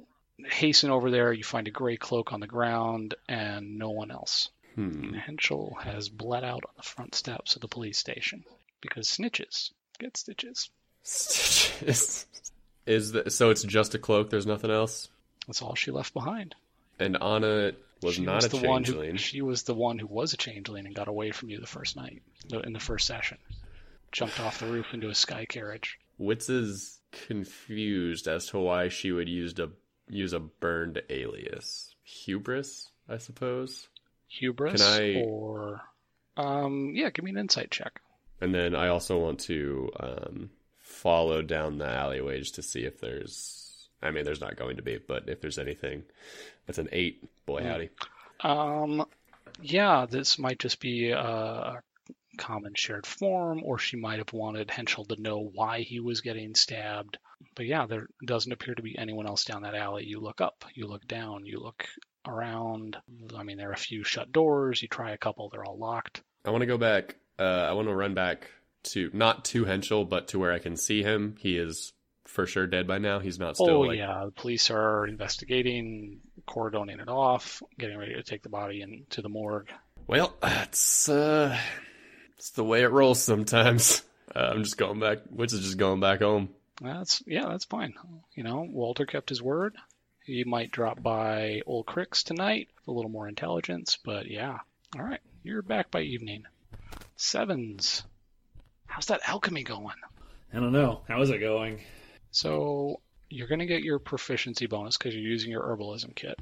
B: hasten over there, you find a gray cloak on the ground, and no one else.
D: Hmm. <laughs>
B: Henschel has bled out on the front steps of the police station because snitches get stitches.
D: Stitches. Is the, so it's just a cloak. There's nothing else.
B: That's all she left behind.
D: And Anna was
B: she
D: not
B: was
D: a
B: the one
D: changeling.
B: who she was the one who was a changeling and got away from you the first night the- in the first session. Jumped off the roof into a sky carriage.
D: Witz is confused as to why she would use a use a burned alias. Hubris, I suppose.
B: Hubris
D: Can I-
B: or um yeah, give me an insight check.
D: And then I also want to um, follow down the alleyways to see if there's. I mean, there's not going to be, but if there's anything, that's an eight. Boy,
B: Hmm.
D: howdy.
B: Um yeah, this might just be a common shared form or she might have wanted Henschel to know why he was getting stabbed. But yeah, there doesn't appear to be anyone else down that alley. You look up, you look down, you look around. I mean, there are a few shut doors. You try a couple, they're all locked.
D: I want to go back. Uh, I want to run back to not to Henschel, but to where I can see him. He is for sure dead by now. He's not still.
B: oh
D: like,
B: yeah, the police are investigating, cordoning it off, getting ready to take the body in to the morgue.
D: Well, that's uh, it's the way it rolls sometimes. Uh, I'm just going back. Which is just going back home.
B: That's yeah, that's fine. You know, Walter kept his word. He might drop by Old Cricks tonight, a little more intelligence, but yeah. All right, you're back by evening. Sevens, How's that alchemy going?
A: I don't know. How is it going?
B: So you're going to get your proficiency bonus because you're using your herbalism kit.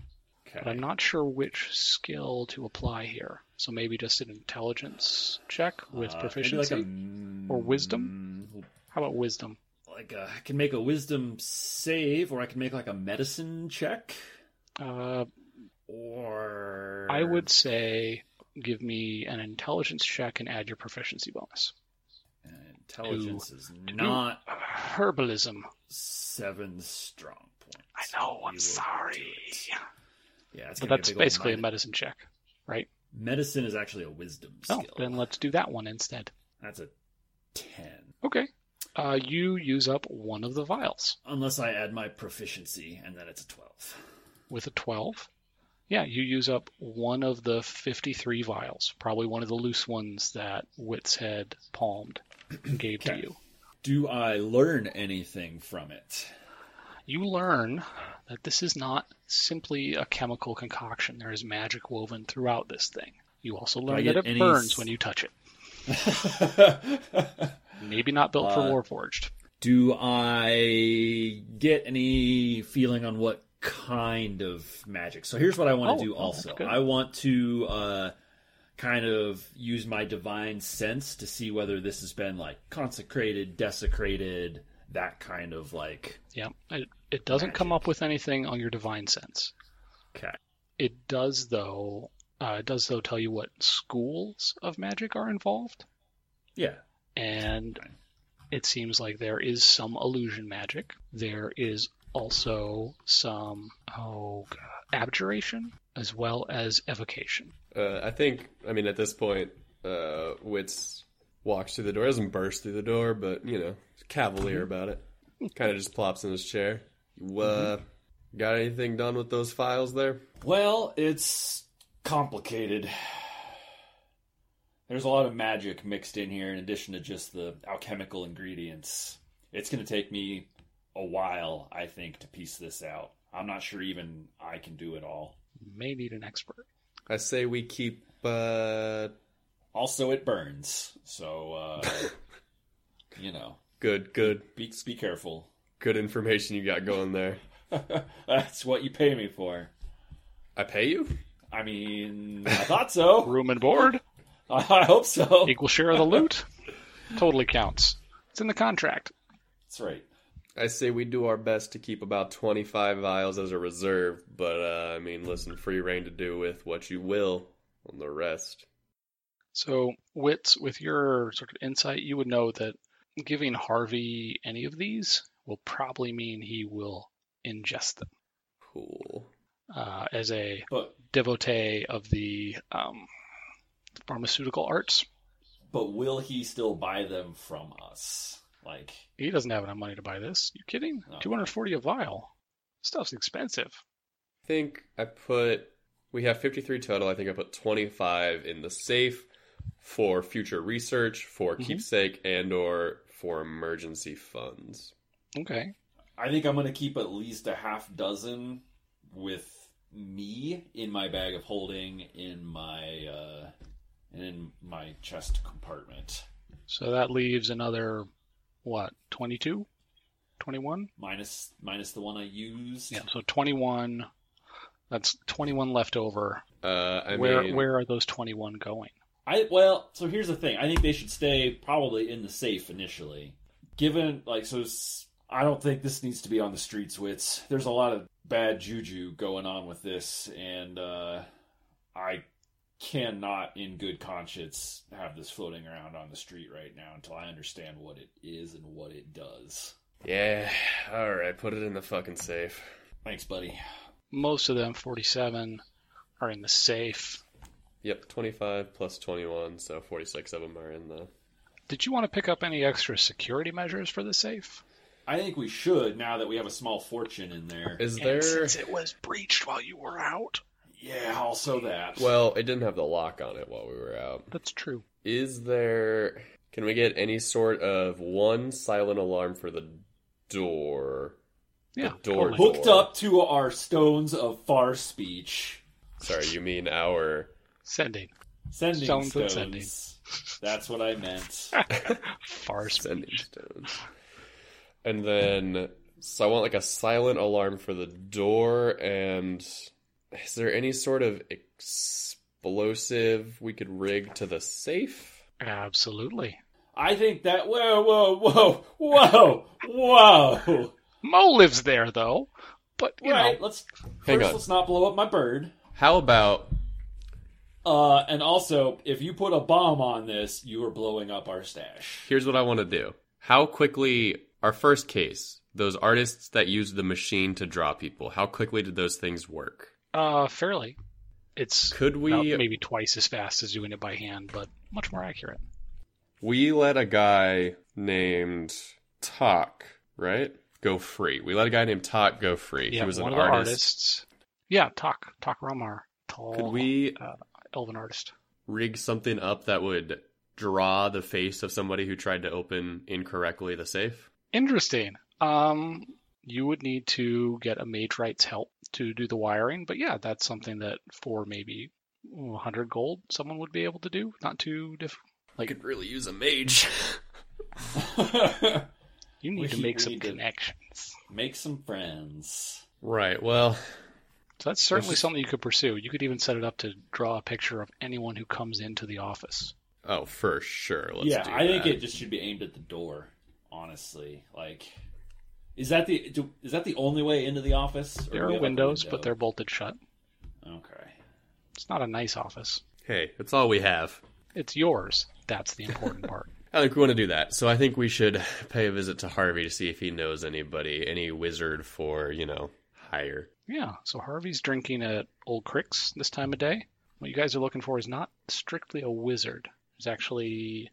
B: But I'm
A: Okay. Uh,
B: not sure which skill to apply here. So maybe just an intelligence check with
A: Uh, maybe like
B: proficiency.
A: a-
B: or wisdom?
A: Mm,
B: How about wisdom?
A: Like uh, I can make a wisdom save, or I can make like a medicine check,
B: Uh,
A: or
B: I would say give me an intelligence check and add your proficiency bonus.
A: Intelligence is not
B: Herbalism.
A: seven strong points.
B: I know.
A: You
B: I'm
A: will do
B: sorry.
A: it. Yeah, it's
B: But
A: gonna be
B: that's
A: a big old
B: basically a
A: minus.
B: medicine check, right?
A: medicine is actually a wisdom
B: Oh,
A: skill.
B: then let's do that one instead.
A: That's a ten,
B: Okay. Uh, you use up one of the vials
A: unless I add my proficiency, and then it's a twelve.
B: with a 12. Yeah, you use up one of the 53 vials, probably one of the loose ones that Wits had palmed and gave to
A: Okay.
B: you.
A: Do I learn anything from it?
B: You learn that this is not simply a chemical concoction. There is magic woven throughout this thing. You also
A: I
B: learn
A: get
B: that it
A: any
B: burns
A: s-
B: when you touch it. Maybe not built for
A: Uh,
B: Warforged.
A: <laughs> Do I get any feeling on what kind of magic? So here's what I want
B: Oh,
A: to do
B: oh, that's
A: also.
B: good.
A: I want to uh, kind of use my divine sense to see whether this has been like consecrated, desecrated, that kind of like.
B: Yeah. It, it doesn't come up with anything on your divine sense.
A: Okay.
B: It does, though. Uh, it does, though, tell you what schools of magic are involved,
A: Yeah.
B: and
A: Fine.
B: it seems like there is some illusion magic. There is also some oh god, abjuration as well as evocation.
D: Uh, I think, I mean, at this point, uh, Wits walks through the door. Doesn't burst through the door, but, you know, he's cavalier about it. Kind of just plops in his chair. You, uh, got anything done with those files there?
C: Well, it's complicated. There's a lot of magic mixed in here in addition to just the alchemical ingredients. It's going to take me a while, I think, to piece this out. I'm not sure even I can do it all.
B: May need an expert.
D: I say we keep, uh,
C: Also, it burns, so, uh, you know,
D: good, good,
C: be, be careful. <laughs>
D: good information you got going there.
C: That's what you pay me for.
D: I pay you?
C: I mean, I
B: <laughs>
C: thought so.
B: Room and board,
C: I hope so.
B: equal share of the loot, totally counts. It's in the contract.
C: That's right.
D: I say we do our best to keep about 25 vials as a reserve, but, uh, I mean, listen, free reign to do with what you will on the rest.
B: So, Wits, with your sort of insight, you would know that giving Harvey any of these will probably mean he will ingest them
D: Cool.
B: uh, as a
C: But
B: devotee of the um, pharmaceutical arts.
C: but will he still buy them from us? Like,
B: He doesn't have enough money to buy this. You kidding?
C: No.
B: 240 a vial. Stuff's expensive.
D: I think I put we have 53 total. I think I put 25 in the safe for future research, for
B: Mm-hmm.
D: keepsake and or for emergency funds.
B: Okay.
C: I think I'm gonna keep at least a half dozen with me in my bag of holding in my uh in my chest compartment.
B: So that leaves another, what, 22? 21?
C: Minus minus the one I used.
B: Yeah, so 21. That's 21 left over.
D: Uh I
B: where
D: mean
B: where are those 21 going?
C: I well, so here's the thing. I think they should stay probably in the safe initially. Given like so s- I don't think this needs to be on the streets wits. There's a lot of bad juju going on with this and uh I cannot in good conscience have this floating around on the street right now until I understand what it is and what it does.
D: Yeah. All right, put it in the fucking safe.
C: Thanks, buddy.
B: Most of them, 47, are in the safe.
D: Yep, 25 plus 21, so 46 of them are in the
B: Did you want to pick up any extra security measures for the safe?
C: I think we should now that we have a small fortune in there.
D: Is
B: And
D: there
B: since it was breached while you were out.
C: Yeah, also that.
D: Well, it didn't have the lock on it while we were out.
B: That's true.
D: Is there can we get any sort of one silent alarm for the door?
B: Yeah.
D: door
B: totally.
C: hooked up to our stones of far speech.
D: Sorry, you mean our
B: Sending.
C: Sending
B: Stones and
C: stones.
B: sending.
C: That's what I meant. <laughs>
B: Far
D: Sending stones. And then, so I want like a silent alarm for the door. And is there any sort of explosive we could rig to the safe?
B: Absolutely.
C: I think that. Whoa, whoa, whoa, whoa, whoa.
B: Mo lives there though, but you
C: All right,
B: know,
C: let's
D: Hang
C: first.
D: on.
C: Let's not blow up my bird.
D: How about
C: Uh, and also, if you put a bomb on this, you are blowing up our stash. <laughs>
D: here's what I want to do. How quickly our first case, those artists that used the machine to draw people, how quickly did those things work?
B: uh, fairly. It's
D: Could we
B: about maybe twice as fast as doing it by hand, but much more accurate.
D: we let a guy named Talk, right? Go free. We let a guy named Talk go free.
B: Yeah,
D: he was
B: one
D: an
B: of the
D: artist.
B: artists. Yeah, Talk Talk Romar, tall uh,
D: Could we
B: elven artist.
D: rig something up that would draw the face of somebody who tried to open incorrectly the safe?
B: Interesting. Um, you would need to get a mage rights help to do the wiring, but yeah, that's something that for maybe 100 gold, someone would be able to do. Not too diff.
D: I could really use a mage. <laughs>
B: You need to
C: We-
B: make
C: we
B: some
C: need to-
B: connections.
C: Make some friends.
D: right. Well,
B: So that's certainly
D: is-
B: something you could pursue. You could even set it up to draw a picture of anyone who comes into the office.
D: oh, for sure. Let's
C: yeah,
D: do
C: I think
D: that.
C: it just should be aimed at the door. Honestly, like, is that the do, is that the only way into the office? Or do
B: There
C: we
B: are
C: have, like, a
B: windows, but they're
C: window?
B: bolted shut.
C: okay.
B: It's not a nice office.
D: Hey, that's all we have.
B: It's yours. That's the important part. <laughs>
D: I think we want to do that. So I think we should pay a visit to Harvey to see if he knows anybody, any wizard for, you know, hire.
B: Yeah, so Harvey's drinking at Old Cricks this time of day. What you guys are looking for is not strictly a wizard. It's actually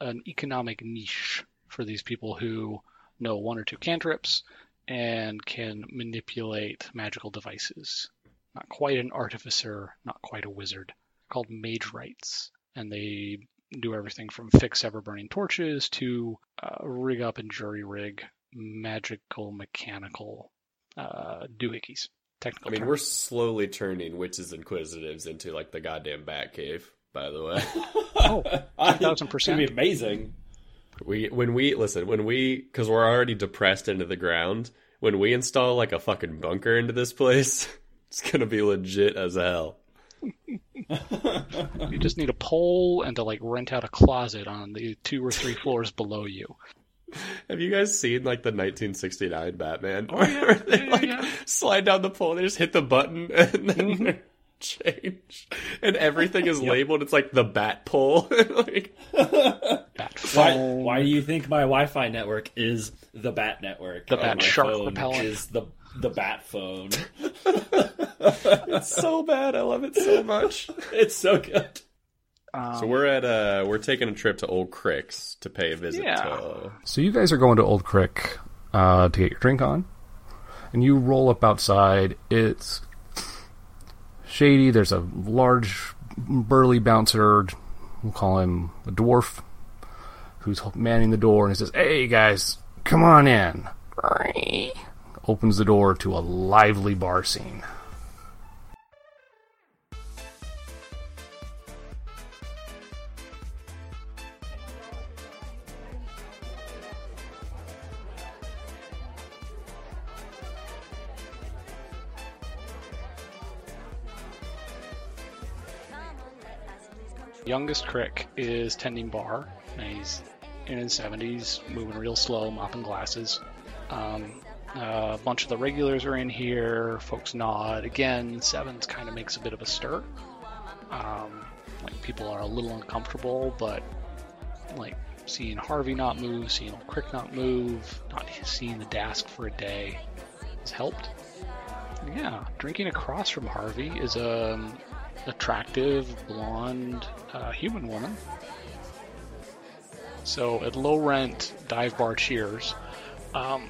B: an economic niche for these people who know one or two cantrips and can manipulate magical devices. Not quite an artificer, not quite a wizard. Called mage rights, and they do everything from fix ever-burning torches to uh, rig up and jury rig magical mechanical uh, doohickeys. Technical
D: I mean,
B: term.
D: we're slowly turning witches inquisitives into like the goddamn Batcave. By the way,
B: Oh,
C: <laughs> I-
B: 1000%.
C: It's gonna be amazing.
D: we when we listen when we because we're already depressed into the ground. When we install like a fucking bunker into this place, <laughs> it's gonna be legit as hell.
B: you just need a pole and to like rent out a closet on the two or three floors below you.
D: Have you guys seen like the 1969 Batman?
B: Oh, yeah.
D: <laughs> Where they
B: Yeah,
D: like
B: yeah. Mm-hmm.
D: slide down the pole, and they just hit the button, <laughs> and then they're change, and
B: <laughs>
D: everything is labeled. It's like the bat pole. <laughs> like,
B: Bat
C: Why,
B: phone.
C: why do you think my Wi-Fi network is the Bat Network? The
B: Bat Shark Repellent.
C: is the the Bat
B: <laughs>
C: Phone. <laughs>
D: it's so bad. I love it so
B: <laughs>
D: much.
C: it's so good.
B: Um,
D: So we're at uh we're taking a trip to Old Cricks to pay a visit
B: Yeah.
D: to
E: So you guys are going to Old Crick uh, to get your drink on, and you roll up outside. It's shady. There's a large, burly bouncer. We'll call him a dwarf, who's manning the door, and he says, "Hey guys, come on in." Opens the door to a lively bar scene.
B: Youngest Crick is tending bar, and he's in his 70s, moving real slow, mopping glasses. Um, a bunch of the regulars are in here. Folks nod. Again, Sevens kind of makes a bit of a stir. Um, like people are a little uncomfortable, but like seeing Harvey not move, seeing old Crick not move, not seeing the desk for a day has helped. Yeah, drinking across from Harvey is um, attractive blonde uh, human woman. So at low rent dive bar cheers. Um,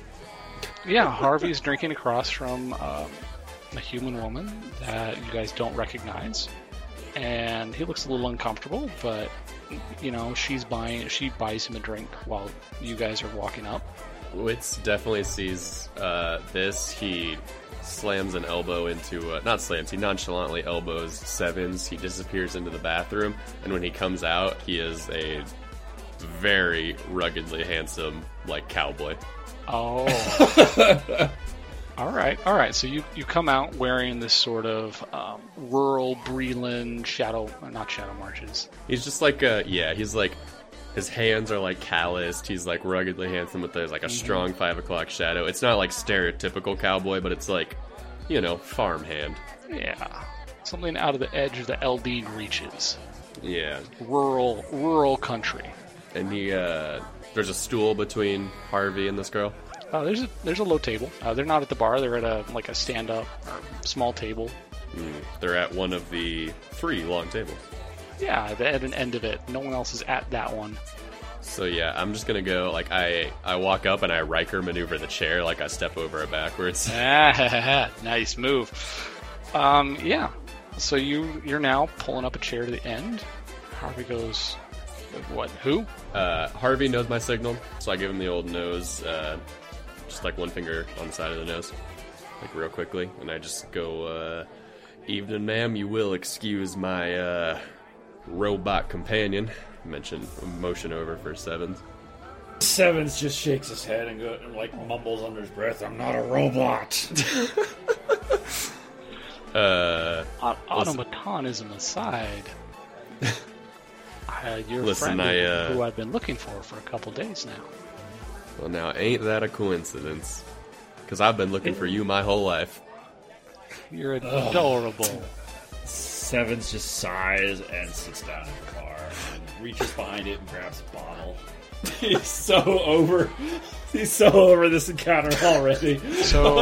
B: yeah, Harvey's drinking across from um, a human woman that you guys don't recognize, and he looks a little uncomfortable. But you know, she's buying. She buys him a drink while you guys are walking up.
D: Witz definitely sees uh this. He slams an elbow into, uh, not slams, he nonchalantly elbows Sevens. He disappears into the bathroom, and when he comes out, he is a very ruggedly handsome, like, cowboy.
B: Oh. all right, all right. So you, you come out wearing this sort of um, rural Breland shadow, not shadow marches.
D: He's just like, uh, yeah, he's like, his hands are like calloused. He's like ruggedly handsome with there's like a strong five o'clock shadow. It's not like stereotypical cowboy, but it's like, you know, farmhand.
B: Yeah, something out of the edge of the LD reaches.
D: Yeah,
B: Rural, rural country.
D: and he uh, there's a stool between Harvey and this girl.
B: Uh, there's a there's a low table. Uh, they're not at the bar. They're at a like a stand up small table.
D: They're at one of the three long tables.
B: Yeah, the- at an end of it. No one else is at that one.
D: So yeah, I'm just gonna go like I I walk up and I Riker maneuver the chair like I step over it backwards. <laughs>
B: Ah, <laughs> nice move. Um, yeah. So you you're now pulling up a chair to the end. Harvey goes, what? Who?
D: Uh, Harvey knows my signal, so I give him the old nose, uh, just like one finger on the side of the nose, like real quickly, and I just go, uh, "Evening, ma'am. You will excuse my uh, robot companion." Mention motion over for sevens.
C: Sevens just shakes his head and, go, and like mumbles under his breath, "I'm not
B: <laughs>
C: a robot."
D: Uh,
B: Au- Automatonism aside, <laughs> uh, your
D: Listen,
B: friend
D: I,
B: is
D: uh,
B: who I've been looking for for a couple days now.
D: well, now ain't that a coincidence? Because I've been looking for you my whole life.
B: You're adorable.
C: Sevens just sighs and sits down in the car and reaches behind it and grabs a bottle. <laughs> He's so over. He's so over this encounter
B: <laughs>
C: already.
B: <laughs> So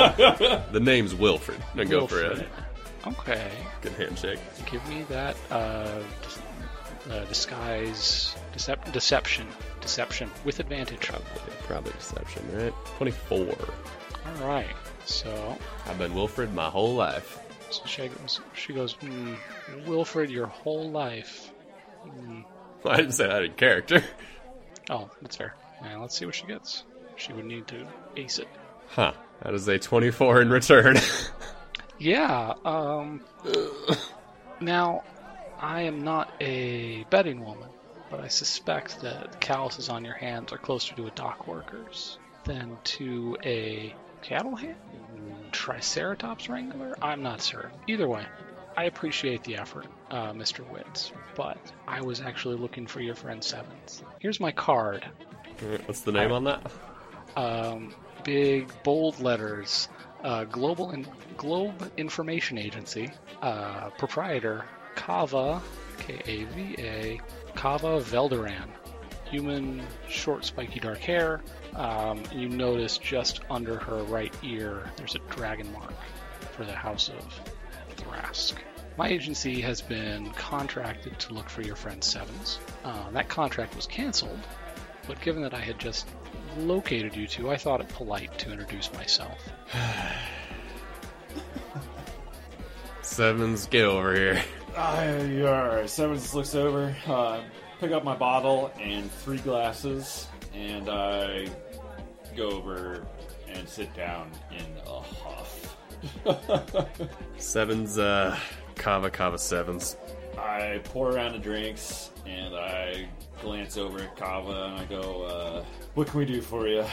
D: The name's Wilfred. Now go for it.
B: Wilfred. <laughs> okay,
D: Good handshake.
B: give me that uh, dis- uh, disguise, decep- deception, deception with advantage.
D: Yeah, probably deception, right? Twenty-four.
B: All right. So
D: I've been Wilfred my whole life. <laughs>
B: So she goes, she goes hmm, Wilfred, your whole life.
D: I didn't say that in character. <laughs>
B: Oh, that's fair. Now let's see what she gets. She would need to ace it.
D: Huh. That is a 24 in return. <laughs>
B: Yeah. Um. now, I am not a betting woman, but I suspect that the calluses on your hands are closer to a dock worker's than to a cattle hand, triceratops wrangler. I'm not certain. Either way, I appreciate the effort, uh, Mr. Witz, but I was actually looking for your friend Sevens. Here's my card.
D: What's the name on that?
B: Um, big bold letters. Uh, Global in- Globe Information Agency. Uh, proprietor Kava, K A V A, Kava Velderan. Human, short, spiky, dark hair. Um, you notice just under her right ear, there's a dragon mark for the House of Thrask. My agency has been contracted to look for your friend Sevens. Uh, that contract was canceled, but given that I had just located you two, I thought it polite to introduce myself.
D: Sevens, get over here.
C: Alright, Sevens uh, just looks over, uh, pick up my bottle and three glasses, and I go over and sit down in a huff.
D: Sevens, uh, Kava Kava Sevens.
C: I pour around the drinks and I glance over at Kava and I go, uh, "What can we do for you?"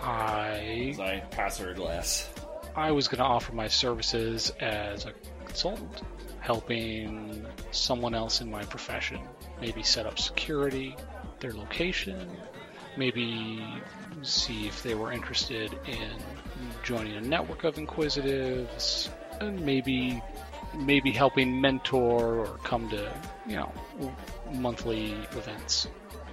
B: I
C: As I pass her a glass.
B: I was going to offer my services as a consultant, helping someone else in my profession, maybe set up security, their location, maybe see if they were interested in joining a network of inquisitives, and maybe maybe helping mentor or come to, you know, monthly events.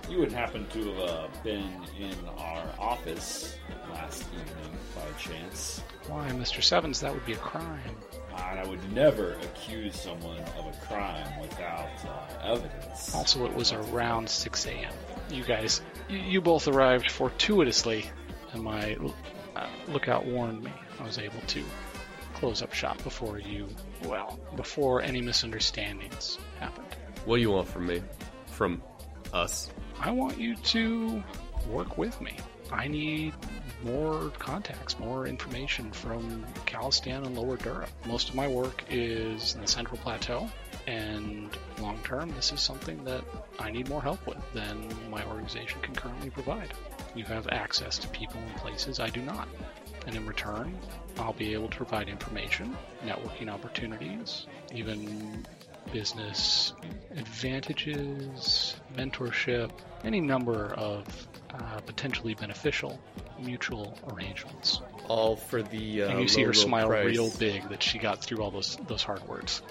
C: You would happen to have uh, been in our office last evening by chance.
B: Why, Mr. Sevens, that would be a crime.
C: And I would never accuse someone of a crime without uh, evidence.
B: Also, it was around 6 a.m. You guys, you, you both arrived fortuitously, and my uh, lookout warned me. I was able to close up shop before you, well, before any misunderstandings happened.
D: What do you want from me? From us?
B: I want you to work with me. I need more contacts, more information from Calistan and Lower Dura. Most of my work is in the Central Plateau, and long term, this is something that I need more help with than my organization can currently provide. You have access to people and places I do not. And in return, I'll be able to provide information, networking opportunities, even business advantages, mentorship, any number of uh, potentially beneficial mutual arrangements.
D: All for the. Uh,
B: And you see
D: low,
B: her
D: low
B: smile
D: price.
B: real big that she got through all those those hard words.
D: <laughs>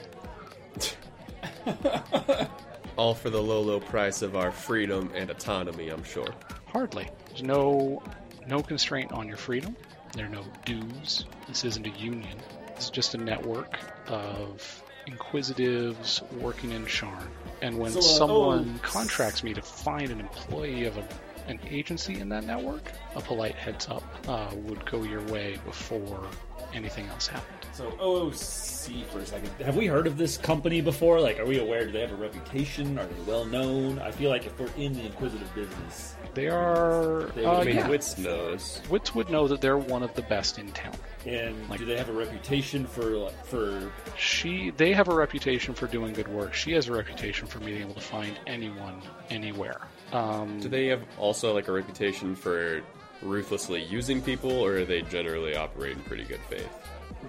D: All for the low, low price of our freedom and autonomy. I'm sure.
B: Hardly. There's no no constraint on your freedom. There are no dues. This isn't a union. It's just a network of inquisitives working in Sharn. And when
A: So, uh,
B: someone
A: oh.
B: contracts me to find an employee of a, an agency in that network, a polite heads up uh, would go your way before anything else happened.
C: So OOC for a second.
A: Have we heard of this company before? Like, are we aware? Do they have a reputation? Are they well known? I feel like if we're in the inquisitive business,
B: They are.
A: They
B: uh,
D: I mean,
B: yeah.
D: Witz knows.
B: Wits would know that they're one of the best in town.
A: and
B: Like-
A: do they have a reputation for like, for
B: She, they have a reputation for doing good work. She has a reputation for being able to find anyone anywhere. Um,
D: Do they have also like a reputation for ruthlessly using people, or are they generally operate in pretty good faith?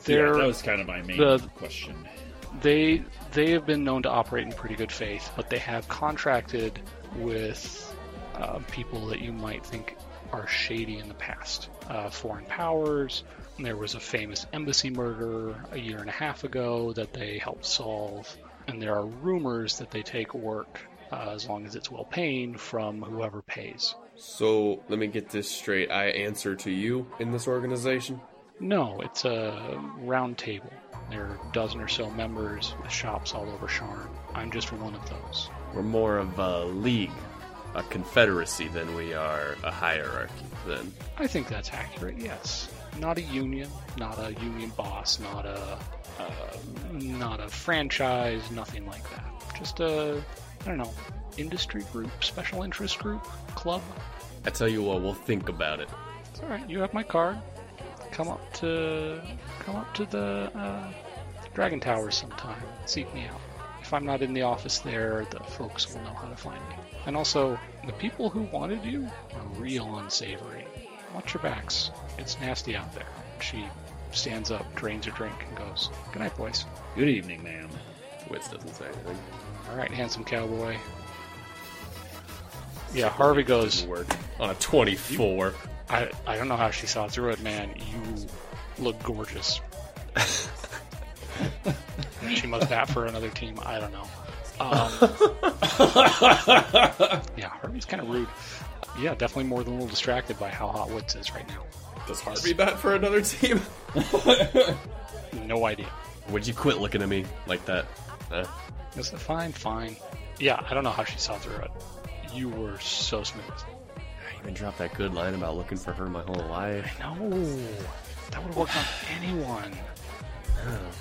B: they're,
A: Yeah, that was kind of my main
B: the-
A: question.
B: they they have been known to operate in pretty good faith, but they have contracted with uh, people that you might think are shady in the past. Uh, foreign powers. and There was a famous embassy murder a year and a half ago that they helped solve, and there are rumors that they take work uh, as long as it's well paying from whoever pays.
D: So let me get this straight. I answer to you in this organization.
B: No, it's a round table. There are a dozen or so members with shops all over Sharn. I'm just one of those.
D: We're more of a league, a confederacy than we are a hierarchy. Then
B: I think that's accurate, yes. Not a union, not a union boss, not a uh, not a franchise, nothing like that. Just a I don't know, industry group, special interest group, club.
D: I tell you what, we'll think about it.
B: It's all right. You have my card. Come up to come up to the uh, Dragon Tower sometime. Seek me out. If I'm not in the office there, the folks will know how to find me. And also, the people who wanted you are real unsavory. Watch your backs. It's nasty out there. She stands up, drains her drink, and goes, "Good night, boys."
A: Good evening, ma'am.
D: Witz doesn't say anything.
B: All right, handsome cowboy. Yeah, Harvey goes.
D: Work on a twenty-four.
B: I I don't know how she saw through it, man. You look gorgeous. she must have for another team. I don't know.
D: <laughs>
B: Um, yeah, Harvey's kind of rude. Yeah, definitely more than a little distracted by how hot Woods is right now.
D: Does Harvey bat for another team? <laughs>
B: No idea.
D: Would you quit looking at me like that? Huh?
B: Is it fine? Fine. Yeah, I don't know how she saw through it. You were so smooth.
D: I even dropped that good line about looking for her my whole life.
B: No, that would work on anyone.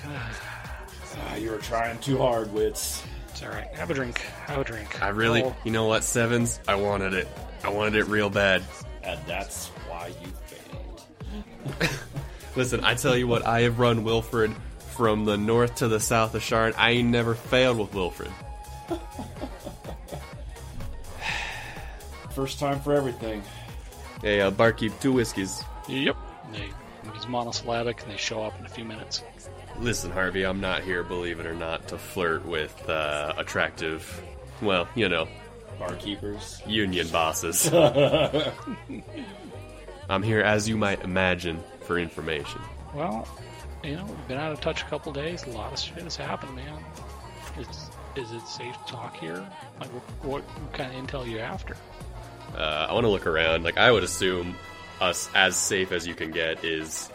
C: Ah, you were trying too hard, Wits.
B: It's all right. Have a drink. Have a drink.
D: I really,
B: Oh,
D: you know what, Sevens? I wanted it. I wanted it real bad.
C: And that's why you failed.
D: Listen, I tell you what, I have run Wilfred from the north to the south of Sharn. I ain't never failed with Wilfred.
C: First time for everything.
D: Hey, uh, barkeep, two whiskeys.
B: Yep. They, he's monosyllabic, and they show up in a few minutes.
D: Listen, Harvey, I'm not here, believe it or not, to flirt with uh, attractive, well, you know,
C: Barkeepers.
D: union bosses. I'm here, as you might imagine, for information.
B: Well, you know, we've been out of touch a couple days. A lot of shit has happened, man. Is is it safe to talk here? Like, what, what kind of intel you after?
D: Uh, I want to look around. Like, I would assume us as safe as you can get is,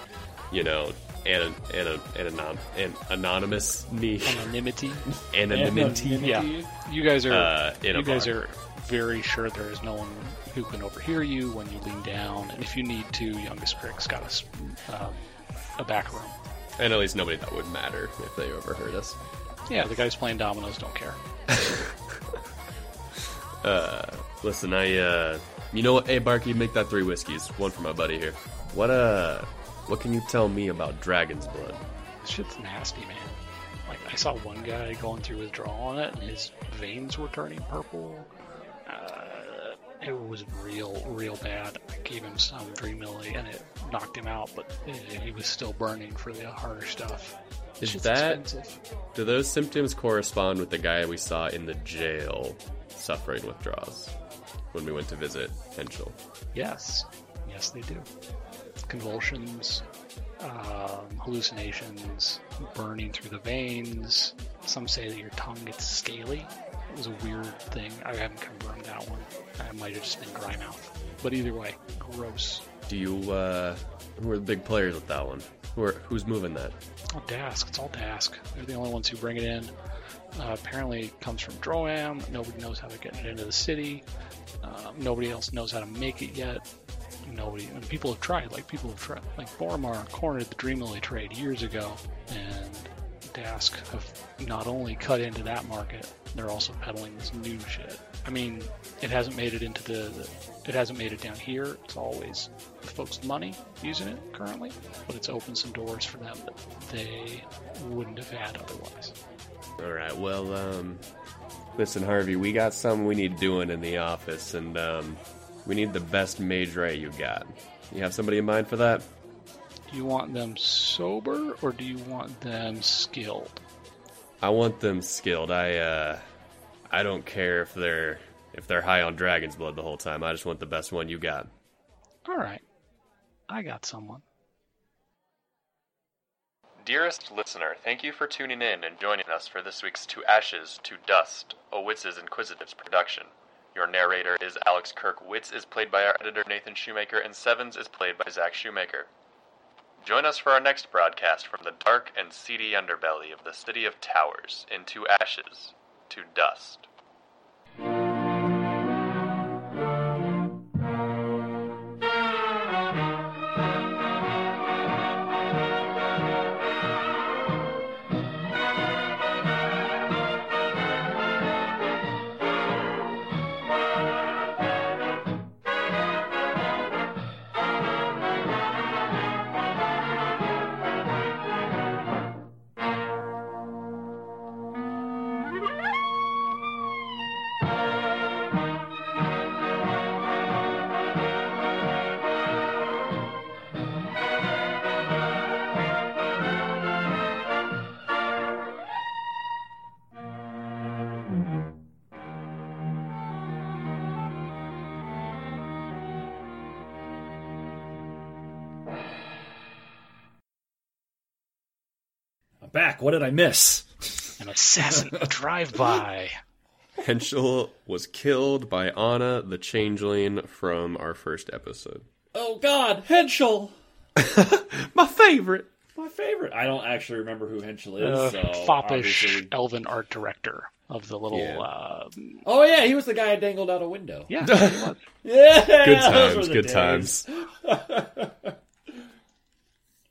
D: you know, an, an, an, anon- an anonymous niche.
B: Anonymity. <laughs>
D: anonymity.
B: yeah. You guys are.
D: Uh, in a
B: you guys
D: bar.
B: are very sure there is no one who can overhear you when you lean down, and if you need to, youngest Crick's got us um, a back room.
D: And at least nobody that would matter if they overheard us.
B: Yeah, the guys playing dominoes don't care.
D: Listen, I, uh, you know what? Hey, Barky, make that three whiskeys. One for my buddy here. What uh, what can you tell me about dragon's blood?
B: This shit's nasty, man. Like I saw one guy going through withdrawal on it, and his veins were turning purple. Uh, it was real, real bad. I gave him some Dreamily, and it knocked him out, but eh, he was still burning for the harder stuff.
D: Is
B: Shit's
D: that-
B: expensive.
D: Do those symptoms correspond with the guy we saw in the jail suffering withdrawals when we went to visit Henschel?
B: Yes, yes, they do. Convulsions, um, hallucinations, burning through the veins. Some say that your tongue gets scaly. It was a weird thing. I haven't confirmed that one. I might have just been dry mouth. But either way, gross.
D: Do you uh, who are the big players with that one? Who are who's moving that?
B: Oh, Dask. It's all Dask. They're the only ones who bring it in. Uh, apparently, it comes from Droam. Nobody knows how they're getting it into the city. Um, nobody else knows how to make it yet. Nobody. And people have tried. Like people have tried. Like Boromar cornered the Dreamily trade years ago, and Dask have not only cut into that market, they're also peddling this new shit. I mean, it hasn't made it into the. the it hasn't made it down here. It's always the folks' money using it currently, but it's opened some doors for them that they wouldn't have had otherwise.
D: All right. Well, um, listen, Harvey, we got something we need doing in the office, and um, we need the best mage ray you got. You have somebody in mind for that?
B: Do you want them sober or do you want them skilled?
D: I want them skilled. I uh, I don't care if they're if they're high on dragon's blood the whole time. I just want the best one you got.
B: All right. I got someone.
D: Dearest listener, thank you for tuning in and joining us for this week's To Ashes, To Dust, a Witz's Inquisitives production. Your narrator is Alex Kirk. Witz is played by our editor Nathan Shoemaker, and Sevens is played by Zach Shoemaker. Join us for our next broadcast from the dark and seedy underbelly of the City of Towers in To Ashes, To Dust.
A: I'm back. What did I miss?
B: An
C: <laughs>
B: assassin drive by.
D: Henschel was killed by Anna the Changeling from our first episode.
A: Oh God, Henschel,
D: My favorite!
A: my favorite.
C: I don't actually remember who Henschel is,
B: Uh,
C: so
B: foppish
C: obviously-
B: elven art director of the little.
D: Yeah.
B: Uh,
A: Oh yeah, he was the
C: <laughs>
A: guy I dangled out a window.
B: yeah.
A: Yeah, <laughs>
D: Good <laughs>
A: those were
D: times,
A: the
D: good
A: days.
D: times.